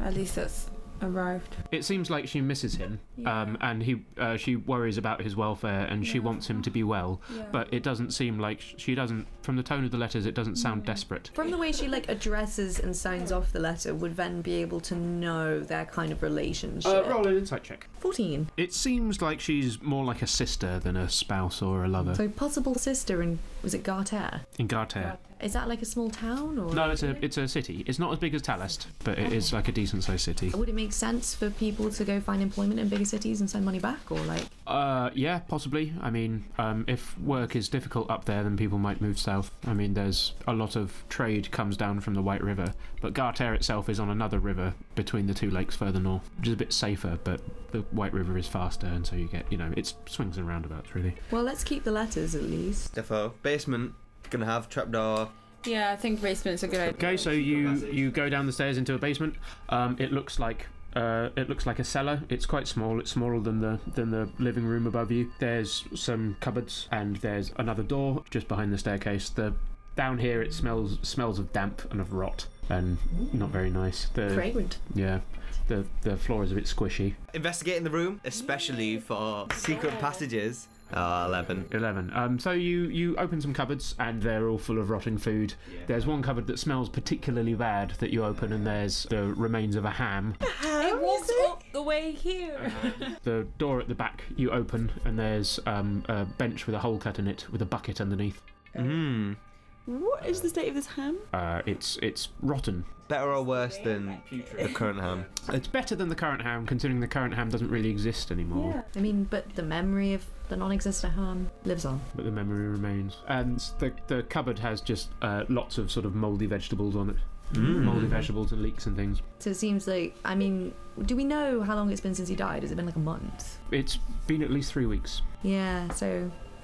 At least that's arrived. It seems like she misses him, um, and he uh, she worries about his welfare, and she Yeah. wants him to be well. But it doesn't seem like sh- she doesn't. From the tone of the letters, it doesn't sound desperate. From the way she like addresses and signs off the letter, would Ven be able to know their kind of relationship? an insight check. Fourteen. It seems like she's more like a sister than a spouse or a lover. So possible sister in was it Garter? In Garter. Is that like a small town or? No, it's a it's a city. It's not as big as Talest, but it is like a decent sized city. Would it make sense for people to go find employment in bigger cities and send money back, or like? Uh, yeah, possibly. I mean, um, if work is difficult up there, then people might move south. I mean, there's a lot of trade comes down from the White River, but Garter itself is on another river between the two lakes further north, which is a bit safer. But the White River is faster, and so you get, you know, it's swings and roundabouts really. Well, let's keep the letters at least. Defo basement. Gonna have trapdoor. Yeah, I think basement's a good idea. Okay, so you you go down the stairs into a basement. Um, it looks like uh, it looks like a cellar. It's quite small. It's smaller than the than the living room above you. There's some cupboards and there's another door just behind the staircase. The down here it smells smells of damp and of rot and not very nice. The Fragrant. yeah, the the floor is a bit squishy. Investigating the room, especially for secret passages. Ah, 11. Eleven. Um, so you you open some cupboards and they're all full of rotting food. There's one cupboard that smells particularly bad that you open and there's the remains of a ham. Oh, It walks up the way here. The door at the back you open, and there's um, a bench with a hole cut in it with a bucket underneath. Mmm. What is the state of this ham? Uh, it's it's rotten. Better or worse than the current ham? It's better than the current ham, considering the current ham doesn't really exist anymore. I mean, but the memory of the non-existent harm lives on. But the memory remains. And the the cupboard has just uh, lots of sort of mouldy vegetables on it. [LAUGHS] Mm. moldy vegetables and leeks and things. So it seems like, I mean, do we know how long it's been since he died? Has it been like a month? It's been at least three weeks. Yeah, so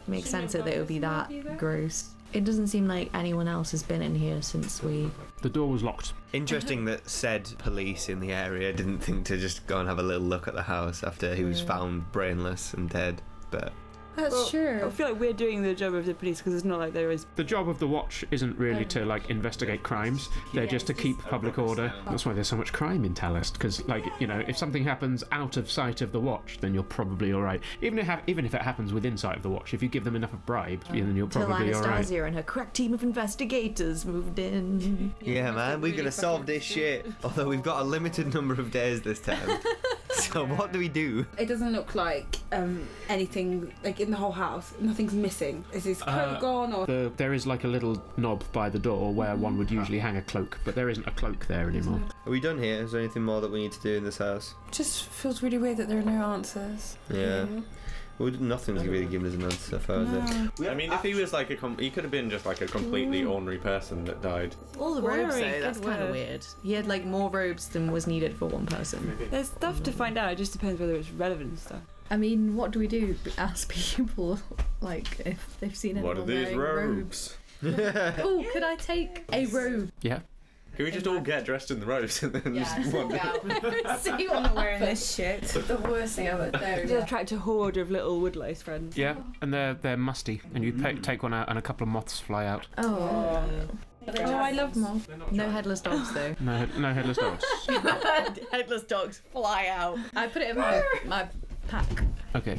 it makes Shouldn't sense have that it got would be this that maybe then? gross. It doesn't seem like anyone else has been in here since we. The door was locked. Interesting that said police in the area didn't think to just go and have a little look at the house after he was Yeah. found brainless and dead. But That's Well, I true. feel like we're doing the job of the police because it's not like there is. The job of the watch isn't really to like investigate crimes. They're Yeah, just to it's keep just- public order. That's why there's so much crime in Talist, because like you know, if something happens out of sight of the watch, then you're probably all right. Even if ha- even if it happens within sight of the watch, if you give them enough of bribe, then you're Till probably all right. Anastasia and her crack team of investigators moved in. yeah, man, we're gonna solve this shit. Although we've got a limited number of days this time. so what do we do? It doesn't look like um, anything like in the whole house. Nothing's missing. Is his coat Uh, gone or? The, there is like a little knob by the door where one would usually hang a cloak, but there isn't a cloak there anymore. Are we done here? Is there anything more that we need to do in this house? Just feels really weird that there are no answers. Yeah. Mm. Well, nothing's really given us an answer so far, is it? No. I mean, if he was like a, com- he could have been just like a completely ordinary person that died. All the robes, Ordinary, though, good that's kind of word. weird. He had like more robes than was needed for one person. There's stuff to find out. It just depends whether it's relevant and stuff. I mean, what do we do? Ask people [LAUGHS] like if they've seen anyone What are these wearing robes. robes? [LAUGHS] Oh, could I take a robe? Yeah. Can we just all get dressed in the robes and then just wander? [LAUGHS] See I'm what not wearing this shit. The worst thing ever. There we Just go. attract a horde of little woodlice [LAUGHS] friends. Yeah, and they're they're musty, and you pe- take one out, and a couple of moths fly out. [LAUGHS] Oh. Oh, I love mom. No headless dogs, [LAUGHS] though. No, no headless dogs. headless dogs fly out. I put it in my, my pack. Okay,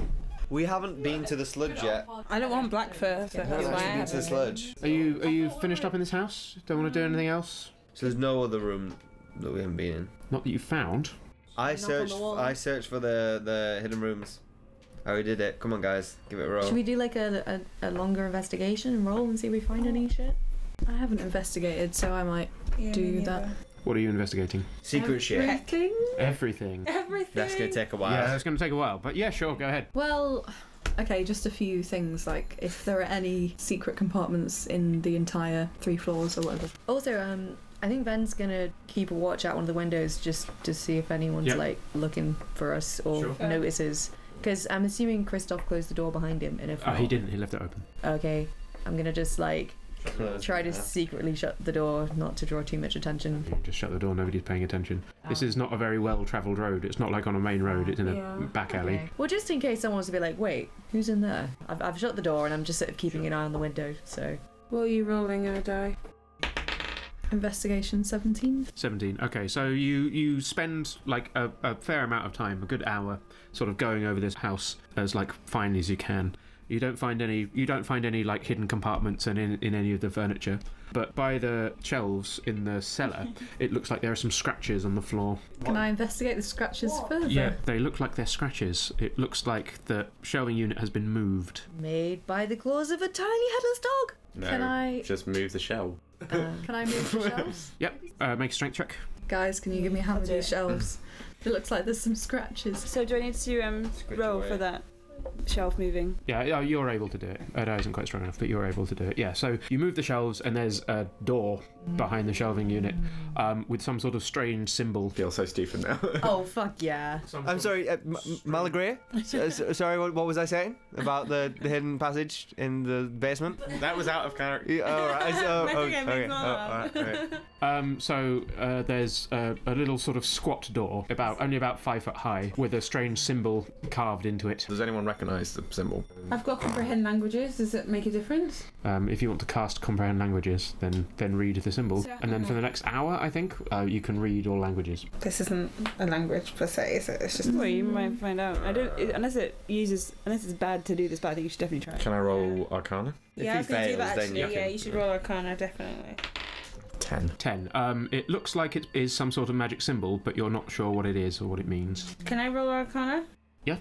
We haven't been to the sludge yet. I don't want black fur. So We that's why haven't I actually been have to the sludge. are you are you finished up in this house? Don't want to do anything else. So there's no other room that we haven't been in. Not that you found. I Knock on the searched. wall. I searched for the the hidden rooms. I already did it. Come on, guys, give it a roll. Should we do like a, a, a longer investigation and roll and see if we find any shit? I haven't investigated, so I might Yeah, do me that. What are you investigating? Secret shit. Everything. Everything. That's gonna take a while. Yeah, it's going to take a while, but yeah, sure, go ahead. Well, okay, just a few things like if there are any secret compartments in the entire three floors or whatever. Also, um, I think Ben's gonna keep a watch out one of the windows just to see if anyone's Yeah. like looking for us Sure. or notices. Because I'm assuming Christoph closed the door behind him, and if Oh, not, he didn't. He left it open. okay, I'm gonna just like try to Yeah. secretly shut the door, not to draw too much attention. Just shut the door. Nobody's paying attention. Oh. This is not a very well-travelled road. It's not like on a main road. It's in a Yeah. back alley. Okay. Well, just in case someone wants to be like, wait, who's in there? I've, I've shut the door and I'm just sort of keeping an eye on the window. So What are you rolling, I die? Investigation 17. 17 okay so you you spend like a, a fair amount of time a good hour sort of going over this house as like finely as you can you don't find any you don't find any like hidden compartments and in, in any of the furniture but by the shelves in the cellar it looks like there are some scratches on the floor Can I investigate the scratches further? they look like they're scratches it looks like the shelving unit has been moved made by the claws of a tiny headless dog. No. Can I Just move the shell. Uh, can I move [LAUGHS] the shelves? yep uh, make a strength check Guys, can you give me a hammer to these shelves? It looks like there's some scratches. So do I need to um, Squidge roll away. for that shelf moving? Yeah, yeah, you're able to do it. It isn't quite strong enough, but you're able to do it. Yeah, so you move the shelves, and there's a door Mm. behind the shelving unit um, with some sort of strange symbol. Feel so stupid now. [LAUGHS] oh fuck yeah! I'm sorry, uh, M- M- Malagria. S- s- sorry, what, what was I saying about the, the hidden passage in the basement? that was out of character. Yeah, all right. I- oh, I think oh, I mixed okay, one oh, up. all right, all right. Um, so uh, there's a, a little sort of squat door, about only about five foot high, with a strange symbol carved into it. Does anyone recognise the symbol? I've got comprehend languages. Does it make a difference? Um, if you want to cast comprehend languages, then then read the symbol, So- and then for the next hour, I think uh, you can read all languages. This isn't a language per se, is it? It's just. Well, you might find out. I don't it, unless it uses unless it's bad to do this, but I think you should definitely try it. Can I roll Arcana? If he fails, then you Yeah, can- you should roll Arcana, definitely. Ten. Ten. Um, it looks like it is some sort of magic symbol, but you're not sure what it is or what it means. Can I roll Arcana? Yeah.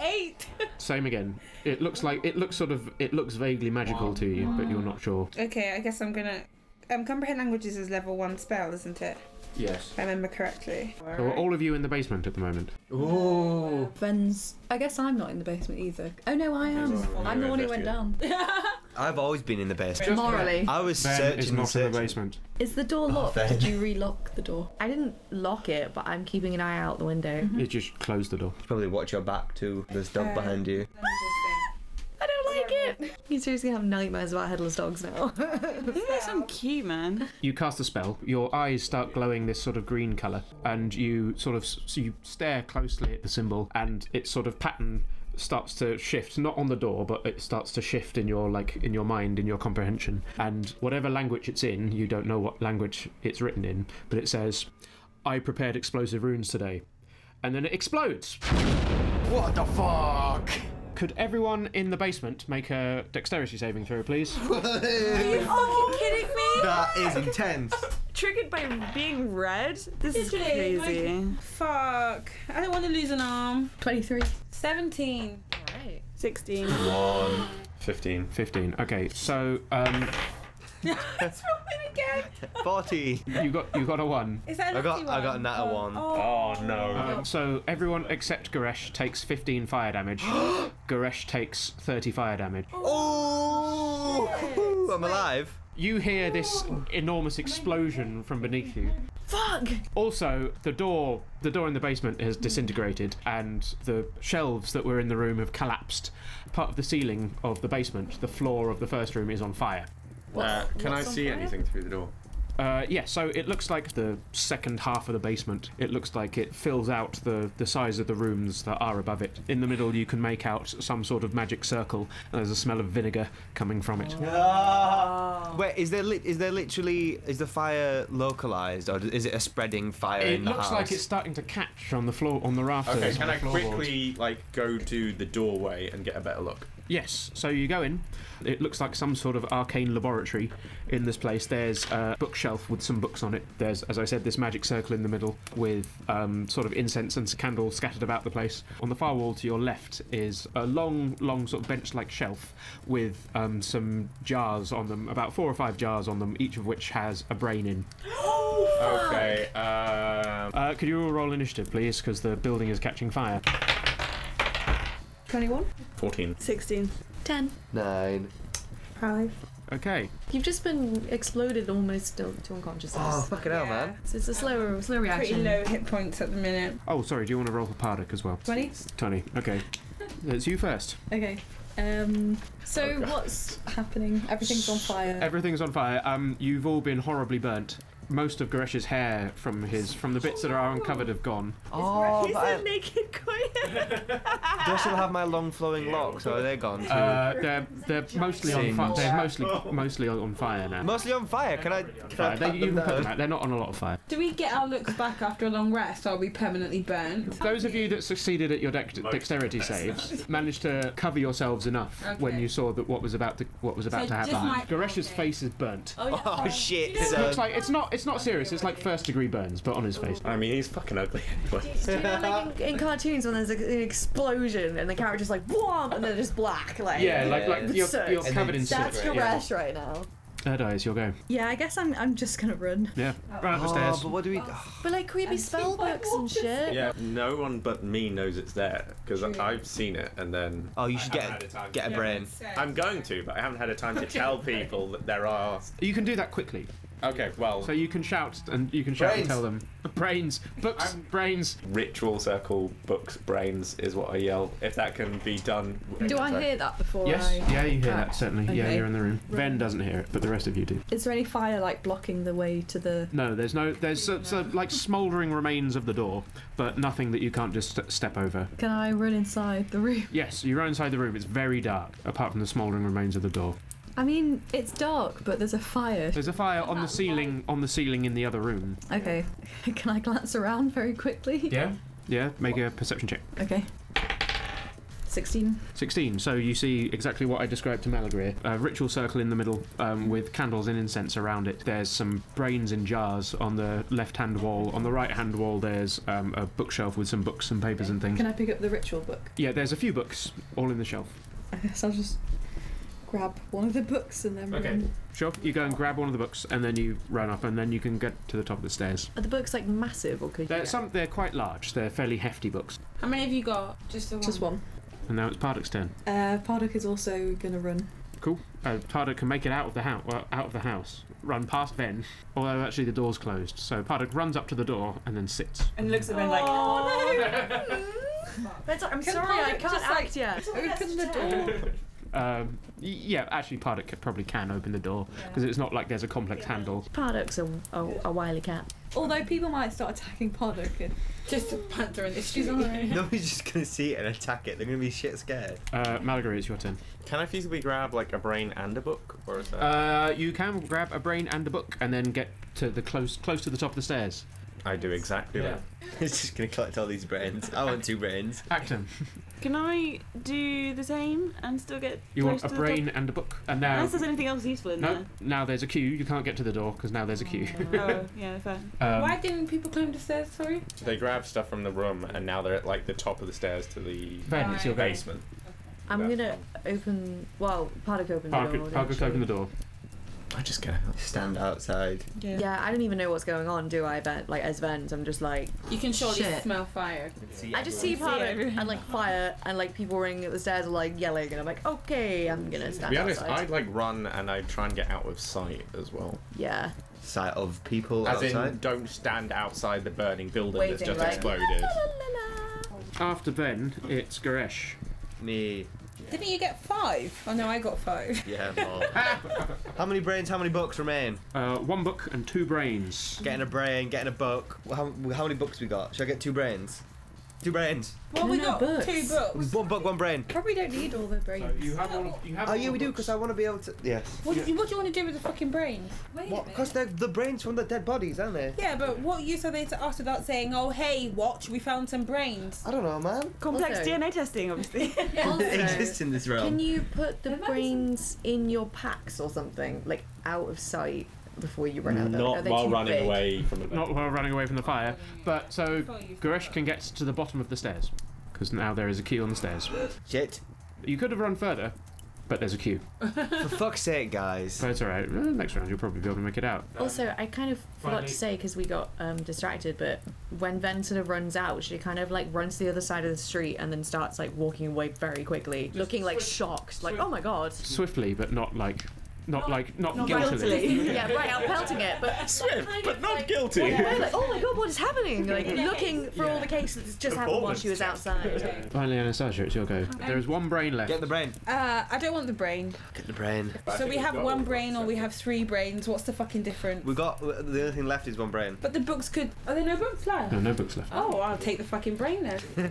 Eight! [LAUGHS] Same again. It looks like it looks sort of it looks vaguely magical to you, but you're not sure. Okay, I guess I'm gonna. Um, comprehend languages is level one spell, isn't it? Yes. If I remember correctly. So are all of you in the basement at the moment? Ooh. Oh, Ben's. I guess I'm not in the basement either. Oh no, I am. I'm the one who went down. I've always been in the basement. Morally. I was Ben is searching and not in the searching. basement. Is the door Oh, locked? Ben. Did you relock? The door. I didn't lock it, but I'm keeping an eye out the window. You just closed the door. Probably watch your back too. There's dog Uh, behind you. I don't like it. You seriously have nightmares about headless dogs [LAUGHS] now. That's so cute, man. You cast a spell. Your eyes start glowing this sort of green color, and you sort of so you stare closely at the symbol, and its sort of pattern starts to shift not on the door but it starts to shift in your like in your mind in your comprehension and whatever language it's in you don't know what language it's written in but it says i prepared explosive runes today and then it explodes What the fuck? could everyone in the basement make a dexterity saving throw please Oh, kidding me? that is intense. Triggered by being red? This is Literally, crazy. Fuck. I don't want to lose an arm. 23. 17. 16. One. Fifteen. 15 okay so um What's wrong with Oh, again? Forty. you got you got a one Is that a I got- lucky I got one? nat a Oh, one. Oh. Oh no. Um, so everyone except Goresh takes 15 fire damage. Goresh takes 30 fire damage. Oh, I'm alive. You hear this enormous explosion from beneath you. Fuck! Also, the door, the door in the basement has disintegrated, and the shelves that were in the room have collapsed. Part of the ceiling of the basement, the floor of the first room, is on fire. Uh, can I see anything through the door? Uh, yeah, so it looks like the second half of the basement. It looks like it fills out the, the size of the rooms that are above it. In the middle, you can make out some sort of magic circle, and there's a smell of vinegar coming from it. Wait, is there lit is there literally is the fire localized or is it a spreading fire It in the looks house? like it's starting to catch on the floor, on the rafters. Okay, can on the I floorboards. quickly like go to the doorway and get a better look? Yes, so you go in. It looks like some sort of arcane laboratory in this place. There's a bookshelf with some books on it. There's, as I said, this magic circle in the middle with um, sort of incense and candles scattered about the place. On the far wall to your left is a long, long sort of bench like shelf with um, some jars on them, about four or five jars on them, each of which has a brain in. Okay. Um, Uh, could you all roll initiative, please? Because the building is catching fire. 21? Fourteen. 16. Ten. nine. Five. Okay. You've just been exploded almost to, to unconsciousness. Oh fucking hell, man! So it's a slow, slow Pretty reaction. low hit points at the minute. Oh, sorry, do you want to roll for Parduk as well? 20? Tony, okay. It's you first. Okay. Um, Oh, so God. what's happening? Everything's on fire. Everything's on fire. Um, you've all been horribly burnt. Most of Goresh's hair from his from the bits that are uncovered have gone. Oh, but I, do naked I still have my long flowing locks? Or are they gone too? Uh, they're they're mostly on fire. Seems- They're mostly mostly on fire now. Mostly on fire. Can I? Can I Fire. They, pat you them can put them down? out. They're not on a lot of fire. Do we get our looks back after a long rest or are we permanently burnt? Those of you that succeeded at your dex- dexterity saves managed to cover yourselves enough when Okay. you saw that what was about to what was about So to happen. just my- Goresh's okay. face is burnt. Oh, yeah. [LAUGHS] Oh shit! It So, looks like it's not it's not serious. It's like first degree burns, but on his face. I mean, he's fucking ugly [LAUGHS] anyway. Do [LAUGHS] you know, like in, in cartoons when there's like, an explosion and the character's like, wham, and they're just black, like. Yeah, like like you're, So- you're covered in That's soot. your Yeah. rash right now. Third eye is your go. Yeah, I guess I'm, I'm just gonna run. Yeah, right up the oh, stairs. but what do we? But like creepy spell books and shit. Yeah, no one but me knows it's there because I've seen it and then Oh, you should I haven't get had a time. get a brain. I'm going to, but I haven't had a time to tell people that there are. You can do that quickly. Okay, well, So you can shout and you can shout Brains. and tell them brains, books, brains. ritual circle books brains is what I yell. If that can be done. Do I hear that before Yes, I? yeah, you hear that certainly. Yeah, Okay. you're in the room. Ven doesn't hear it, but the rest of you do. Is there any fire like blocking the way to the. No, there's no, there's so, so, like smouldering remains of the door, but nothing that you can't just st- step over. Can I run inside the room? Yes, you run inside the room. It's very dark, apart from the smouldering remains of the door. I mean, it's dark, but there's a fire. There's a fire on the ceiling, on the ceiling in the other room. Okay. [LAUGHS] Can I glance around very quickly? Yeah, yeah. Make a perception check. Okay. 16. 16. So you see exactly what I described to Malagrir. A ritual circle in the middle um, with candles and incense around it. There's some brains in jars on the left hand wall. On the right hand wall, there's um, a bookshelf with some books and papers and things. Can I pick up the ritual book? Yeah, there's a few books all in the shelf. I guess I'll just grab one of the books and then Okay. run. Sure, you go and grab one of the books and then you run up and then you can get to the top of the stairs. Are the books like massive or could you? They're, some, they're quite large, they're fairly hefty books. How many have you got? Just the one. Just one. And now it's Parduk's turn. Uh, Parduk is also gonna run. Cool. Uh, Tarduk can make it out of the house. Well, out of the house, run past Ven. Although actually the door's closed, so Tarduk runs up to the door and then sits. And looks at me like, oh [LAUGHS] no. That's, I'm Can sorry, I Tarduk can't just, act like, yet. open the door. Um, y- yeah, actually Tarduk c- probably can open the door because it's not like there's a complex handle. Paradox a, a, a wily cat. Although people might start attacking Podrick and just panther and she's alright. [LAUGHS] Nobody's just gonna see it and attack it. They're gonna be shit scared. Uh, Malagary, it's your turn. Can I feasibly grab like a brain and a book, or is that? Uh, you can grab a brain and a book and then get to the close close to the top of the stairs. I do exactly Yeah. that. [LAUGHS] it's just gonna collect all these brains. I want two brains. Acton, Can I do the same and still get? you close want a to the brain top? and a book, and now Unless there's anything else useful in no, now there's a queue. You can't get to the door because now there's a queue. there. [LAUGHS] oh, yeah, fair. Um, Why didn't people climb the stairs? Sorry. They grab stuff from the room, and now they're at like the top of the stairs to the Ven, it's your go. basement. I'm gonna open. Well, Paddock opened the door. Parker, Parker's actually. open the door. I just get out. Stand outside. Yeah. I don't even know what's going on, do I? But like as Vens, I'm just like You can surely Shit. smell fire. I just see Paddock and like fire and like people running at the stairs are like yelling and I'm like okay, I'm gonna To stand be honest, outside. I'd like run and I'd try and get out of sight as well. Yeah. Sight of people As outside. in, don't stand outside the burning building that's Waiting, just like- [LAUGHS] exploded. After Ben, it's Goresh. Me. Didn't you get five? Oh no, I got five. Yeah. Well. how many brains? How many books remain? Uh, one book and two brains. Getting a brain. Getting a book. Well, How, how many books we got? Should I get two brains? Two brains. Well, we No got books. two books. One book, one brain. Probably don't need all the brains. [LAUGHS] You have one. You have Oh yeah, we do because I want to be able to. Yes. What, do you, what do you want to do with the fucking brains? Wait What? Because they're the brains from the dead bodies, aren't they? Yeah, but what use are they to us without saying, "Oh, hey, watch, we found some brains"? I don't know, man. Complex Also- DNA testing, obviously. [LAUGHS] They Also, exist in this can realm. you put the brains in your packs or something like out of sight before you run out? of them? Are Not they while too running big? away from it. Not while running away from the fire, but so Goresh can get to the bottom of the stairs because now there is a queue on the stairs. Shit. You could have run further, but there's a queue. For fuck's sake, [LAUGHS] guys. But it's all right. Uh, Next round, you'll probably be able to make it out. Also, Um, I kind of forgot Finally. to say because we got um, distracted, but when Ven sort of runs out, she kind of like runs to the other side of the street and then starts like walking away very quickly, looking like shocked, like oh my god. Swiftly, but not like, not, like, not, Not guiltily. guilty. [LAUGHS] yeah, right out pelting it, but Swift, but not like- guilty. walking away like oh my god, what is happening? Like looking for all the cases that's just happened while she was outside. Finally, Anastasia, it's your go. There is one brain left. Get the brain. Uh, I don't want the brain. Get the brain. So we have one brain or we have three brains. What's the fucking difference? We got the only thing left is one brain. [LAUGHS] But the books could. Are there no books left? No, no books left. Oh, I'll take the fucking brain then.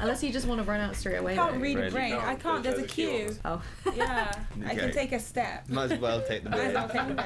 Unless you just want to run out straight away. I can't though. read a Brain. brain. No, I can't. There's a queue. Oh, [LAUGHS] Yeah, I Okay. can take a step. [LAUGHS] Might as well take the Might as brain. well take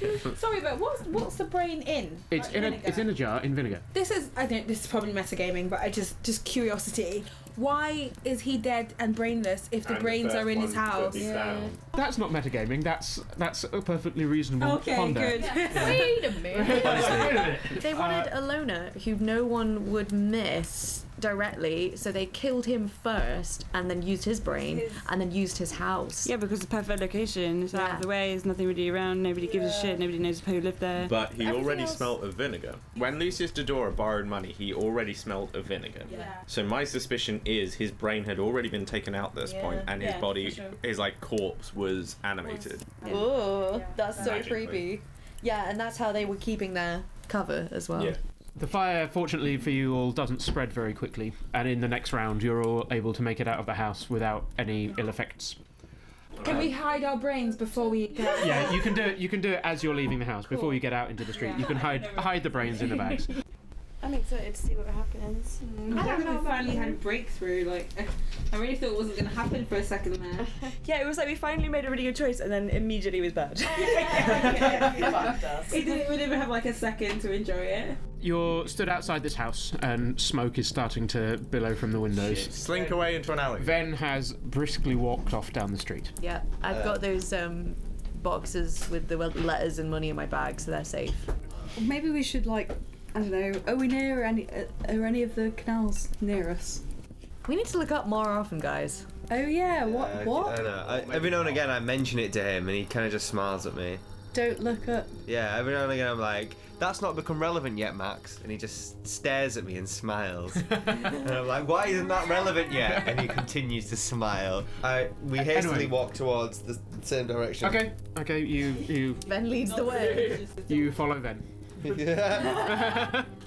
the [LAUGHS] brain. Sorry, but what's what's the brain in? It's Like in a vinegar? it's in a jar in vinegar. This is I don't. This is probably metagaming, but I just just curiosity. Why is he dead and brainless if the And brains first are in one his house? that is down. That's not metagaming. That's that's a perfectly reasonable. Okay, ponder. good. [LAUGHS] Wait a [LAUGHS] minute. They wanted a loner who no one would miss directly, so they killed him first and then used his brain and then used his house. [LAUGHS] yeah, because it's perfect location. It's out Yeah. of the way. There's nothing really around. Nobody gives a shit. Nobody knows who lived there. But he Everything already else- smelt of vinegar. When Lucius Dodora borrowed money, he already smelt of vinegar. Yeah. So my suspicion is his brain had already been taken out at this point, and his Yeah, body, for sure. his like corpse, was animated. Ooh, that's so Magically. creepy. Yeah, and that's how they were keeping their cover as well. Yeah. [LAUGHS] The fire, fortunately for you all, doesn't spread very quickly, and in the next round, you're all able to make it out of the house without any ill effects. Can we hide our brains before we go? Yeah, you can do it. You can do it as you're leaving the house before you get out into the street. You can hide hide the brains in the bags. I'm excited to see what happens. Mm. I don't know. Finally had a breakthrough. Like, [LAUGHS] I really thought it wasn't going to happen for a second [LAUGHS] there. Yeah, it was like we finally made a really good choice and then immediately it was [LAUGHS] bad. We didn't, we didn't have like a second to enjoy it. You're stood outside this house, and smoke is starting to billow from the windows. Slink away into an alley. Ven has briskly walked off down the street. Yeah, I've got those um, boxes with the letters and money in my bag, so they're safe. Maybe we should like I don't know. Are we near any? Uh, are any of the canals near us? We need to look up more often, guys. Oh yeah. What? Uh, what? I know. I, every now and again, I mention it to him, and he kind of just smiles at me. Don't look up. Yeah, every now and again, I'm like, that's not become relevant yet, Max. And he just stares at me and smiles. and I'm like, why isn't that relevant yet? And he continues to smile. I, we hastily Anyway. walk towards the same direction. [LAUGHS] Okay, okay, you you Ben leads the way. you follow then.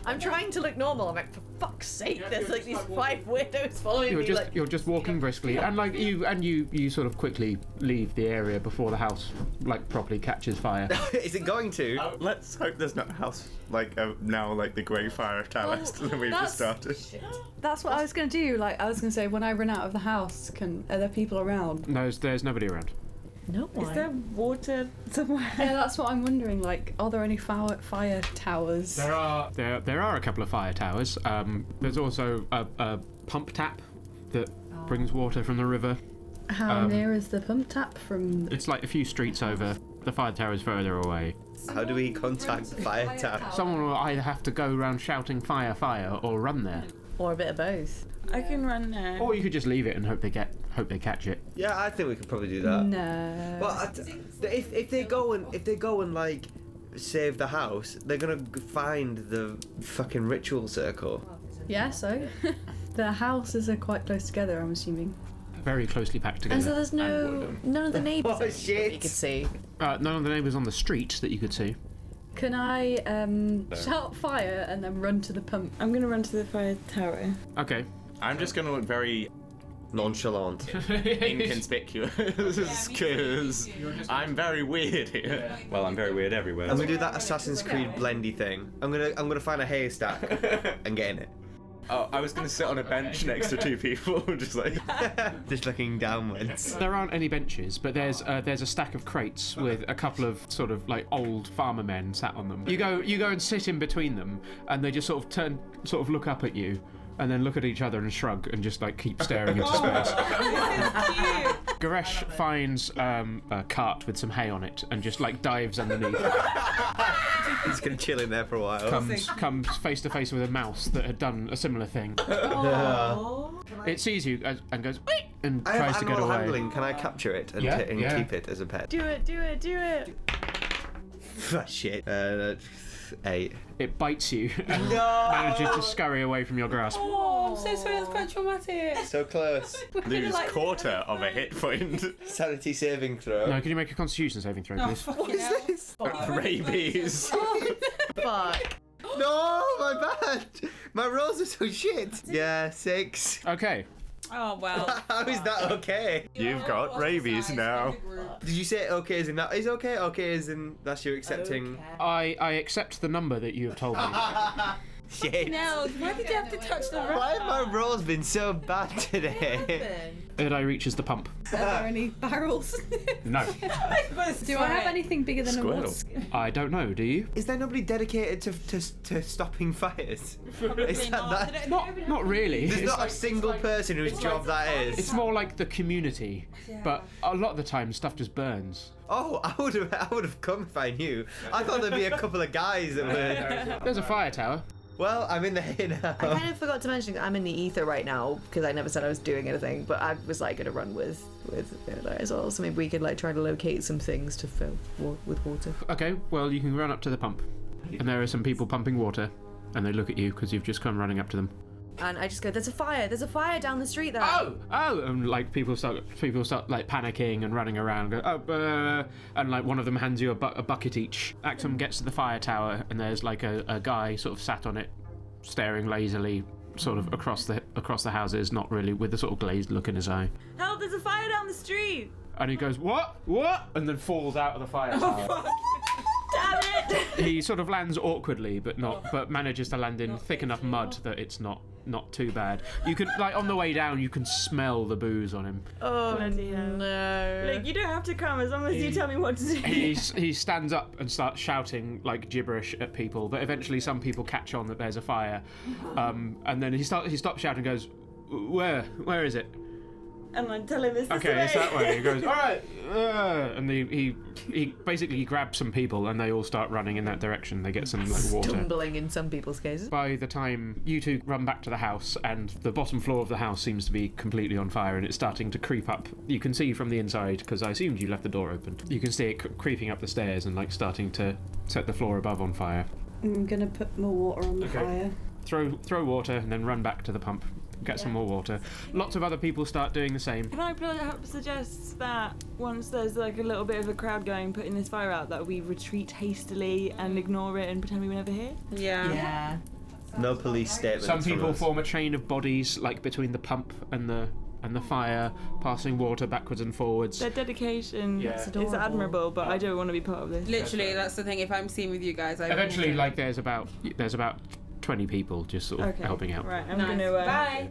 I'm trying to look normal. I'm like, for fuck's sake, there's like these five weirdos [LAUGHS] following You're me. just like, you're just walking briskly, and like you and you you sort of quickly leave the area before the house like properly catches fire. [LAUGHS] Is it going to? [LAUGHS] let's hope there's not a house like uh, now, like the Great Fire of Towers that we've just started. That's what I was gonna do. Like I was gonna say, when I run out of the house, can are there people around? [LAUGHS] No, there's, there's nobody around. No Is there water somewhere? Yeah, that's what I'm wondering. Like, are there any fire, fire towers? There are there there are a couple of fire towers. Um, there's also a, a pump tap that Oh. brings water from the river. How Um, near is the pump tap from? It's like a few streets over. The fire tower is further away. How do we contact the fire Oh. tower? Someone will either have to go around shouting fire, fire, or run there, or a bit of both. I can run Oh. now. or you could just leave it and hope they get hope they catch it. Yeah, I think we could probably do that. No. Well, I t- if, if they go and if they go and like save the house, they're gonna g- find the fucking ritual circle. Yeah, so [LAUGHS] the houses are quite close together. I'm assuming. Very closely packed together. And so there's no- [LAUGHS] None of the neighbours. Oh, actually, that You could see. Uh, none of the neighbours on the street that you could see. Can I um, No. shout fire and then run to the pump? I'm gonna run to the fire tower. Okay. I'm just gonna look [LAUGHS] very nonchalant, inconspicuous, because I'm very weird here. Well, I'm very weird everywhere. And we do that Assassin's Creed blendy thing. I'm gonna I'm gonna find a haystack and get in it. [LAUGHS] Oh, I was gonna sit on a bench next to two people, [LAUGHS] [LAUGHS] just like just looking downwards. [LAUGHS] There aren't any benches, but there's uh, there's a stack of crates with a couple of sort of like old farmer men sat on them. You go you go and sit in between them, and they just sort of turn sort of look up at you, and then look at each other and shrug and just like keep staring into space. Goresh finds um, a cart with some hay on it and just like dives underneath. He's gonna chill in there for a while. comes comes face to face with a mouse that had done a similar thing. It sees you as- and goes "Wait," and I have tries to get animal away. handling. Can I capture it and, Yeah, t- and yeah. keep it as a pet? Do it, do it, do it. [LAUGHS] Shit. Uh, eight. It bites you. [LAUGHS] And Manages to scurry away from your grasp. Oh, I'm so sorry. That's quite traumatic. So close. lose Like- quarter of a hit point. [LAUGHS] [LAUGHS] Sanity saving throw. No, can you make a Constitution saving throw, please? what is this? Rabies. Fuck. No, my bad. My rolls are so shit. Yeah, six. Okay. Oh [LAUGHS] well. [LAUGHS] How is that okay? You've got rabies now. Did you say okay is in that? Is okay okay is in that's you accepting. I, I accept the number that you have told me. [LAUGHS] Shit. Nels, why did you have to touch the rock? Why have my rolls been so bad today? It I reaches the pump. Are there any [LAUGHS] barrels? No. Do I have anything bigger than a wood? I don't know, do you? Is there nobody dedicated to, to, to stopping fires? Is that that? Not, not really. There's It's not a like- single person whose job that is. It's more like the community, but a lot of the time stuff just burns. Oh, I would have I would have come if I knew. I thought there'd be a couple of [LAUGHS] guys that were. There's a fire tower. Well, I'm in the hay now. I kind of forgot to mention I'm in the ether right now because I never said I was doing anything, but I was like gonna run with with Iridai as well. So maybe we could like try to locate some things to fill wa- with water. Okay, well, you can run up to the pump. And there are some people pumping water, and they look at you because you've just come running up to them. And I just go, "There's a fire! There's a fire down the street there!" Oh, oh, and like people start, people start like panicking and running around. Go, oh, uh, and like one of them hands you a, bu- a bucket each. Axum gets to the fire tower, and there's like a, a guy sort of sat on it, staring lazily, sort of across the across the houses, not really with a sort of glazed look in his eye. Help, there's a fire down the street. And he goes, "What? What?" and then falls out of the fire tower. Damn it. he sort of lands awkwardly, but not, but manages to land in thick enough mud that it's not not too bad. You can like on the way down, you can smell the booze on him. Oh no. Look, you don't have to come as long as you tell me what to do. [LAUGHS] he, he stands up and starts shouting like gibberish at people, but eventually some people catch on that there's a fire, um, and then he start, he stops shouting and goes, "Where? Where is it?" And I tell him it's this okay, way. it's that way. He goes, "All right," uh," and he, he he basically grabs some people, and they all start running in that direction. They get some like water. Stumbling in some people's cases. By the time you two run back to the house, and the bottom floor of the house seems to be completely on fire and it's starting to creep up. You can see from the inside, because I assumed you left the door open, you can see it c- creeping up the stairs and like starting to set the floor above on fire. I'm gonna put more water on the Okay. fire. Throw throw water and then run back to the pump. Get some more water. Lots of other people start doing the same. Can I perhaps suggest that once there's like a little bit of a crowd going putting this fire out, that we retreat hastily and ignore it and pretend we were never here? Yeah. Yeah. No police statements. Some from people us. form a chain of bodies like between the pump and the and the fire, passing water backwards and forwards. Their dedication Yeah. That's is Oh. admirable, but I don't want to be part of this. Literally, that's the thing. If I'm seen with you guys, I Eventually, like there's about there's about twenty people just sort of Okay, helping out, Right, I'm Nice. gonna. Uh, [LAUGHS] Bye.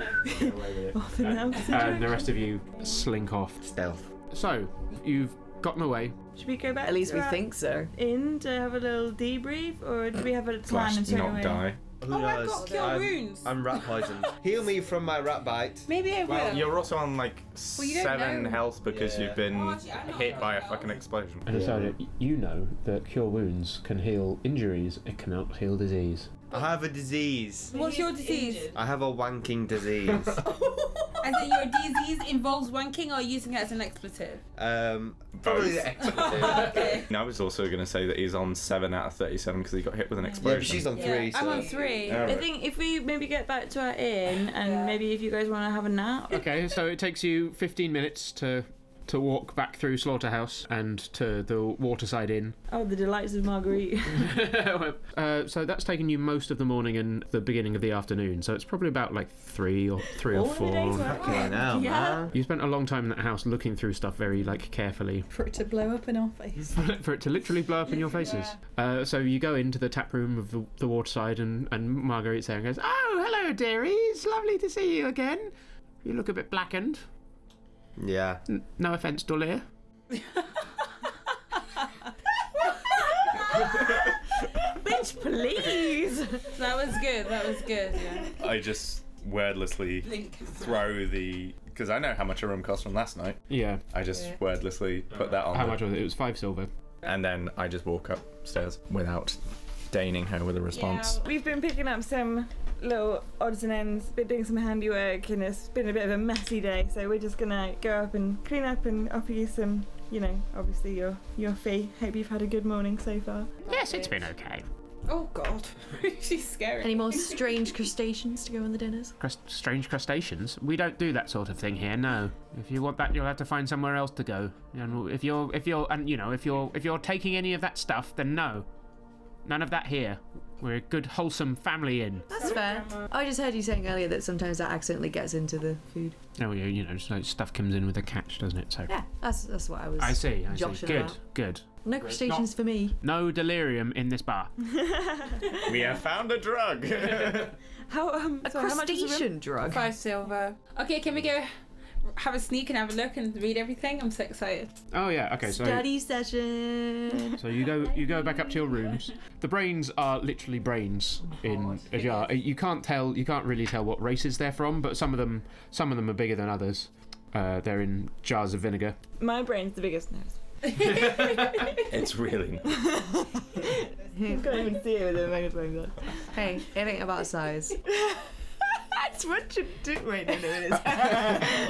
Off in the opposite and the direction. rest of you slink off. Stealth. So you've gotten away. Should we go back? At least to we our think so. Inn to have a little debrief, or do we have a plan and turn away? Who Oh, I've knows? got cure I'm, wounds. I'm rat poisoned. Heal me from my rat bite. Maybe I Well, will. you're also on like Well, you don't seven know. health because Yeah. you've been Oh, actually, I'm not hit by a fucking explosion. And decided you know that cure wounds can heal injuries. It cannot heal disease. I have a disease. What's your disease? I have a wanking disease. I think your disease involves wanking or using it as an expletive. um, probably Both. the expletive. No, I was also going to say that he's on seven out of thirty-seven because he got hit with an explosion. she's on I'm on three. All I right. think if we maybe get back to our inn and maybe if you guys want to have a nap. Okay, so it takes you 15 minutes to to walk back through Slaughterhouse and to the Waterside Inn. [LAUGHS] Oh, the delights of Marguerite. uh, so that's taken you most of the morning and the beginning of the afternoon. So it's probably about like three or three All or of the days four. were Fucking hard. hell, Yeah. man. You spent a long time in that house looking through stuff very like carefully for it to blow up in our face. [LAUGHS] for it to literally blow up in your faces. Uh, so you go into the tap room of the, the Waterside and and Marguerite's there and goes, "Oh, hello, dearies. Lovely to see you again. You look a bit blackened. Yeah. No offence, Dullier." Bitch, please. [LAUGHS] That was good. That was good. Yeah. I just wordlessly Blink. throw the because I know how much a room cost from last night. Yeah. I just Yeah. wordlessly put that on. How the- much was it? It was five silver. And then I just walk upstairs without deigning her with a response. We've been picking up some little odds and ends, been doing some handiwork, and it's been a bit of a messy day. So we're just gonna go up and clean up and offer you some, you know, obviously your your fee. Hope you've had a good morning so far. Yes, it's been okay. Oh God, [LAUGHS] she's scary. Any more strange crustaceans to go on the dinners? Crust- strange crustaceans. We don't do that sort of thing here. No. If you want that, you'll have to find somewhere else to go. And if you're, if you're, and you know, if you're, if you're taking any of that stuff, then no, none of that here. We're a good, wholesome family inn. That's fair. I just heard you saying earlier that sometimes that accidentally gets into the food. No, Oh, you, you know, so stuff comes in with a catch, doesn't it? So. Yeah, that's that's what I was. I see. I see. joshing Good. about. Good. No crustaceans for me. No delirium in this bar. we have found a drug. [LAUGHS] [LAUGHS] How um A so how much is the room? crustacean drug. Five silver. Okay, can we go have a sneak and have a look and read everything? I'm so excited. Oh yeah. Okay. So. Study session. [LAUGHS] So you go you go back up to your rooms. The brains are literally brains in Ajar. You can't tell you can't really tell what races they're from, but some of them some of them are bigger than others. Uh, they're in jars of vinegar. My brain's the biggest nose. it's really You can't even see it with the magnifying [LAUGHS] glass. Hey, it ain't about size. That's what you do. Wait, no, no, it is.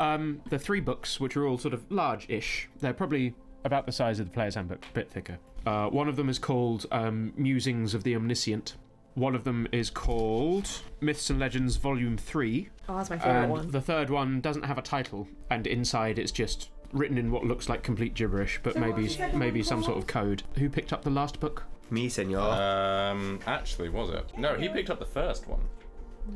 Um, the three books, which are all sort of large-ish, they're probably about the size of the player's handbook, a bit thicker. Uh, one of them is called um, Musings of the Omniscient. One of them is called Myths and Legends Volume Three, Oh, that's my favorite and one. the third one doesn't have a title, and inside it's just written in what looks like complete gibberish, but maybe maybe some sort of code. Who picked up the last book? Me, senor. Um, actually, was it? No, he picked up the first one.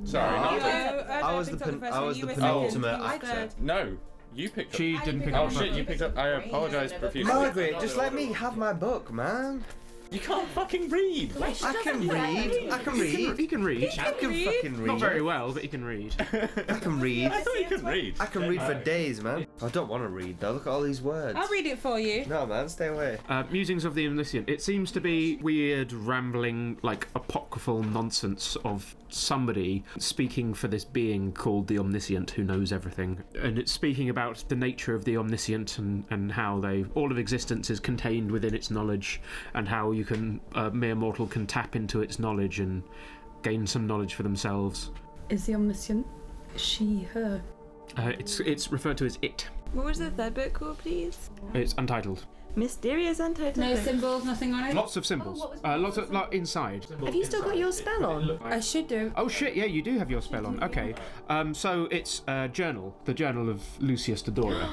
Sorry, not the- I was the pen- I was the penultimate actor. no. You picked up. She didn't pick Oh up. the shit! book. You picked up. I apologise [LAUGHS] profusely. Margaret, just let me have my book, man. You can't fucking read. I can read. I can He can, read. he can read. I can fucking read. Not very well, but he can read. I can read. I thought you could read. I can read for days, man. I don't want to read though. Look at all these words. I'll read it for you. No, man, stay away. Uh, Musings of the Omniscient. It seems to be weird, rambling, like apocryphal nonsense of somebody speaking for this being called the Omniscient who knows everything. And it's speaking about the nature of the Omniscient and, and how they all of existence is contained within its knowledge, and how you can, a mere mortal can tap into its knowledge and gain some knowledge for themselves. Is the omniscient she, her? Uh, it's, it's referred to as it. What was the third book called, please? It's untitled. Mysterious antidote. No symbols, nothing on it. Lots of symbols. uh, lots of like, inside. Have you still got your spell on? I should do. Oh shit! Yeah, you do have your spell on. Okay, um, so it's a journal, the journal of Lucius Dodora,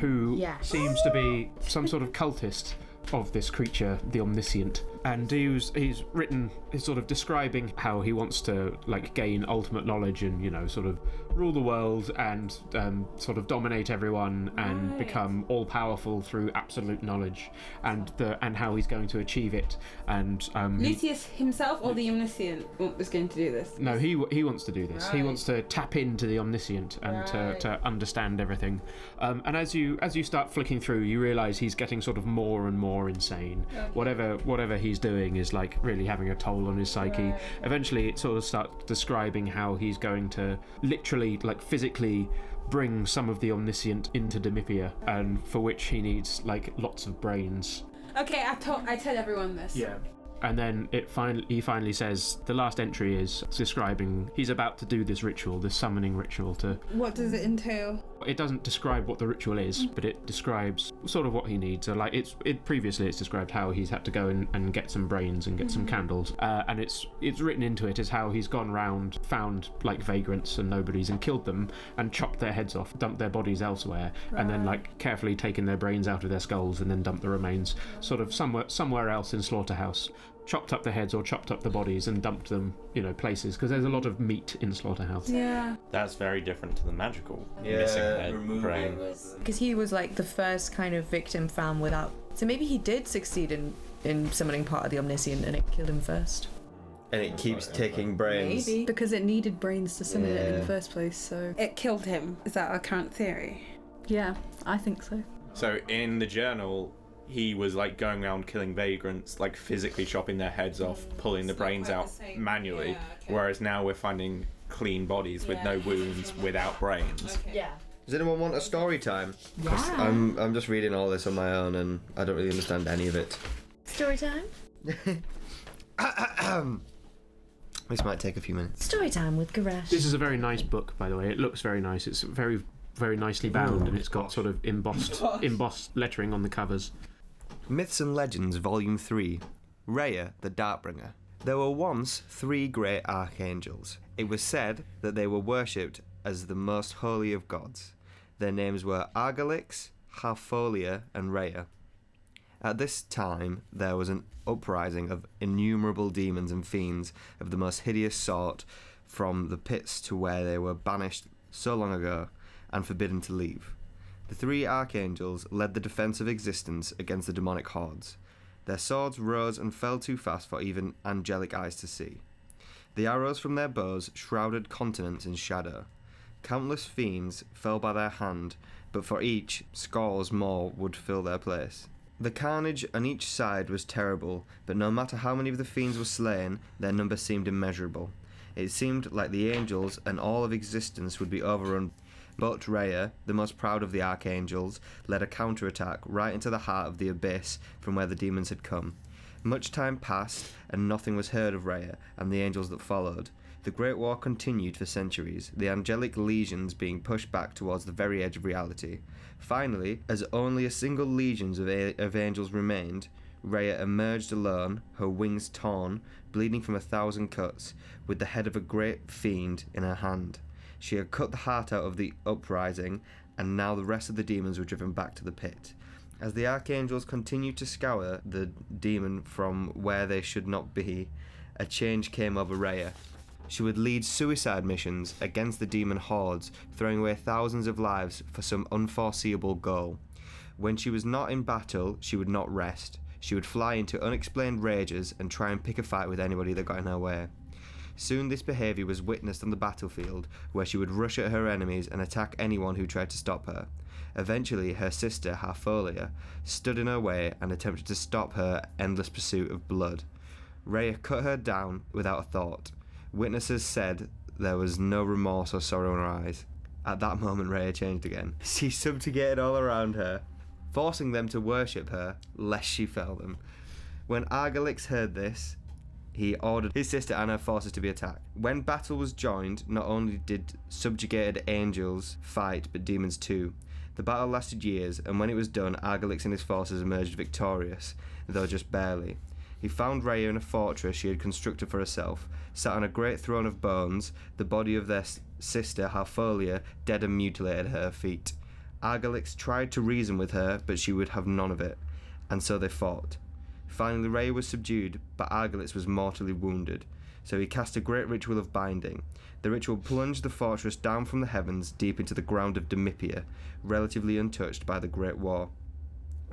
who Yes. seems to be some sort of cultist of this creature, the omniscient. And he's he's written, he's sort of describing how he wants to like gain ultimate knowledge and you know sort of rule the world and um, sort of dominate everyone and become all powerful through absolute knowledge and the and how he's going to achieve it and um, he- Lucius himself or the omniscient was going to do this. no, he he wants to do this. He Right. wants to tap into the omniscient and to, Right. to understand everything. Um, and as you as you start flicking through, you realise he's getting sort of more and more insane. Okay. Whatever whatever he's doing is like really having a toll on his psyche. Right. Eventually, it sort of starts describing how he's going to literally like physically bring some of the omniscient into Demipia, and for which he needs like lots of brains. Okay, I told I tell everyone this. Yeah. And then it finally, he finally says the last entry is describing he's about to do this ritual, this summoning ritual. To What does it entail? it doesn't describe what the ritual is, but it describes sort of what he needs. So like it's it previously it's described how he's had to go and, and get some brains and get some Mhm. candles, uh, and it's it's written into it as how he's gone round, found like vagrants and nobodies and killed them and chopped their heads off, dumped their bodies elsewhere, and then like carefully taken their brains out of their skulls and then dumped the remains sort of somewhere somewhere else in slaughterhouse chopped up the heads or chopped up the bodies and dumped them, you know, places because there's a lot of meat in slaughterhouse. Yeah. That's very different to the magical Yeah, missing head removing brain. Because he was like the first kind of victim found without. So maybe he did succeed in in summoning part of the omniscient and it killed him first. And it keeps taking brains. Because it needed brains to summon it in Yeah. the first place, so. It killed him. Is that our current theory? Yeah, I think so. So in the journal, he was like going around killing vagrants, like physically chopping their heads off, pulling the brains out manually. Whereas now we're finding clean bodies with no wounds, without brains. Yeah. Does anyone want a story time? 'Cause Yeah. I'm I'm just reading all this on my own and I don't really understand any of it. Story time. this might take a few minutes. Story time with Gareth. This is a very nice book, by the way. It looks very nice. It's very very nicely bound and it's got sort of embossed Embossed. embossed lettering on the covers. Myths and Legends, Volume 3 Rhea the Darkbringer. There were once three great archangels. It was said that they were worshipped as the most holy of gods. Their names were Argalix, Harfolia, and Rhea. At this time, there was an uprising of innumerable demons and fiends of the most hideous sort from the pits to where they were banished so long ago and forbidden to leave. The three archangels led the defense of existence against the demonic hordes. Their swords rose and fell too fast for even angelic eyes to see. The arrows from their bows shrouded continents in shadow. Countless fiends fell by their hand, but for each, scores more would fill their place. The carnage on each side was terrible, but no matter how many of the fiends were slain, their number seemed immeasurable. It seemed like the angels and all of existence would be overrun. But Rhea, the most proud of the archangels, led a counterattack right into the heart of the abyss from where the demons had come. Much time passed, and nothing was heard of Rhea and the angels that followed. The Great War continued for centuries, the angelic legions being pushed back towards the very edge of reality. Finally, as only a single legion of, a- of angels remained, Rhea emerged alone, her wings torn, bleeding from a thousand cuts, with the head of a great fiend in her hand. She had cut the heart out of the uprising, and now the rest of the demons were driven back to the pit. As the archangels continued to scour the demon from where they should not be, a change came over Rhea. She would lead suicide missions against the demon hordes, throwing away thousands of lives for some unforeseeable goal. When she was not in battle, she would not rest. She would fly into unexplained rages and try and pick a fight with anybody that got in her way. Soon, this behaviour was witnessed on the battlefield, where she would rush at her enemies and attack anyone who tried to stop her. Eventually, her sister, Harfolia, stood in her way and attempted to stop her endless pursuit of blood. Rhea cut her down without a thought. Witnesses said there was no remorse or sorrow in her eyes. At that moment, Rhea changed again. [LAUGHS] She subjugated all around her, forcing them to worship her, lest she fell them. When Argalix heard this, he ordered his sister and her forces to be attacked. When battle was joined, not only did subjugated angels fight, but demons too. The battle lasted years, and when it was done, Argalix and his forces emerged victorious, though just barely. He found Rhea in a fortress she had constructed for herself, sat on a great throne of bones, the body of their s- sister Harfolia dead and mutilated at her feet. Argalix tried to reason with her, but she would have none of it, and so they fought. Finally, Rhea was subdued, but Argalix was mortally wounded, so he cast a great ritual of binding. The ritual plunged the fortress down from the heavens deep into the ground of Demipia, relatively untouched by the Great War.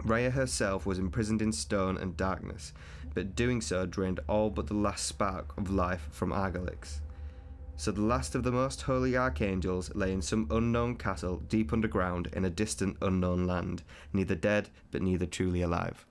Rhea herself was imprisoned in stone and darkness, but doing so drained all but the last spark of life from Argalix. So the last of the most holy archangels lay in some unknown castle deep underground in a distant unknown land, neither dead but neither truly alive.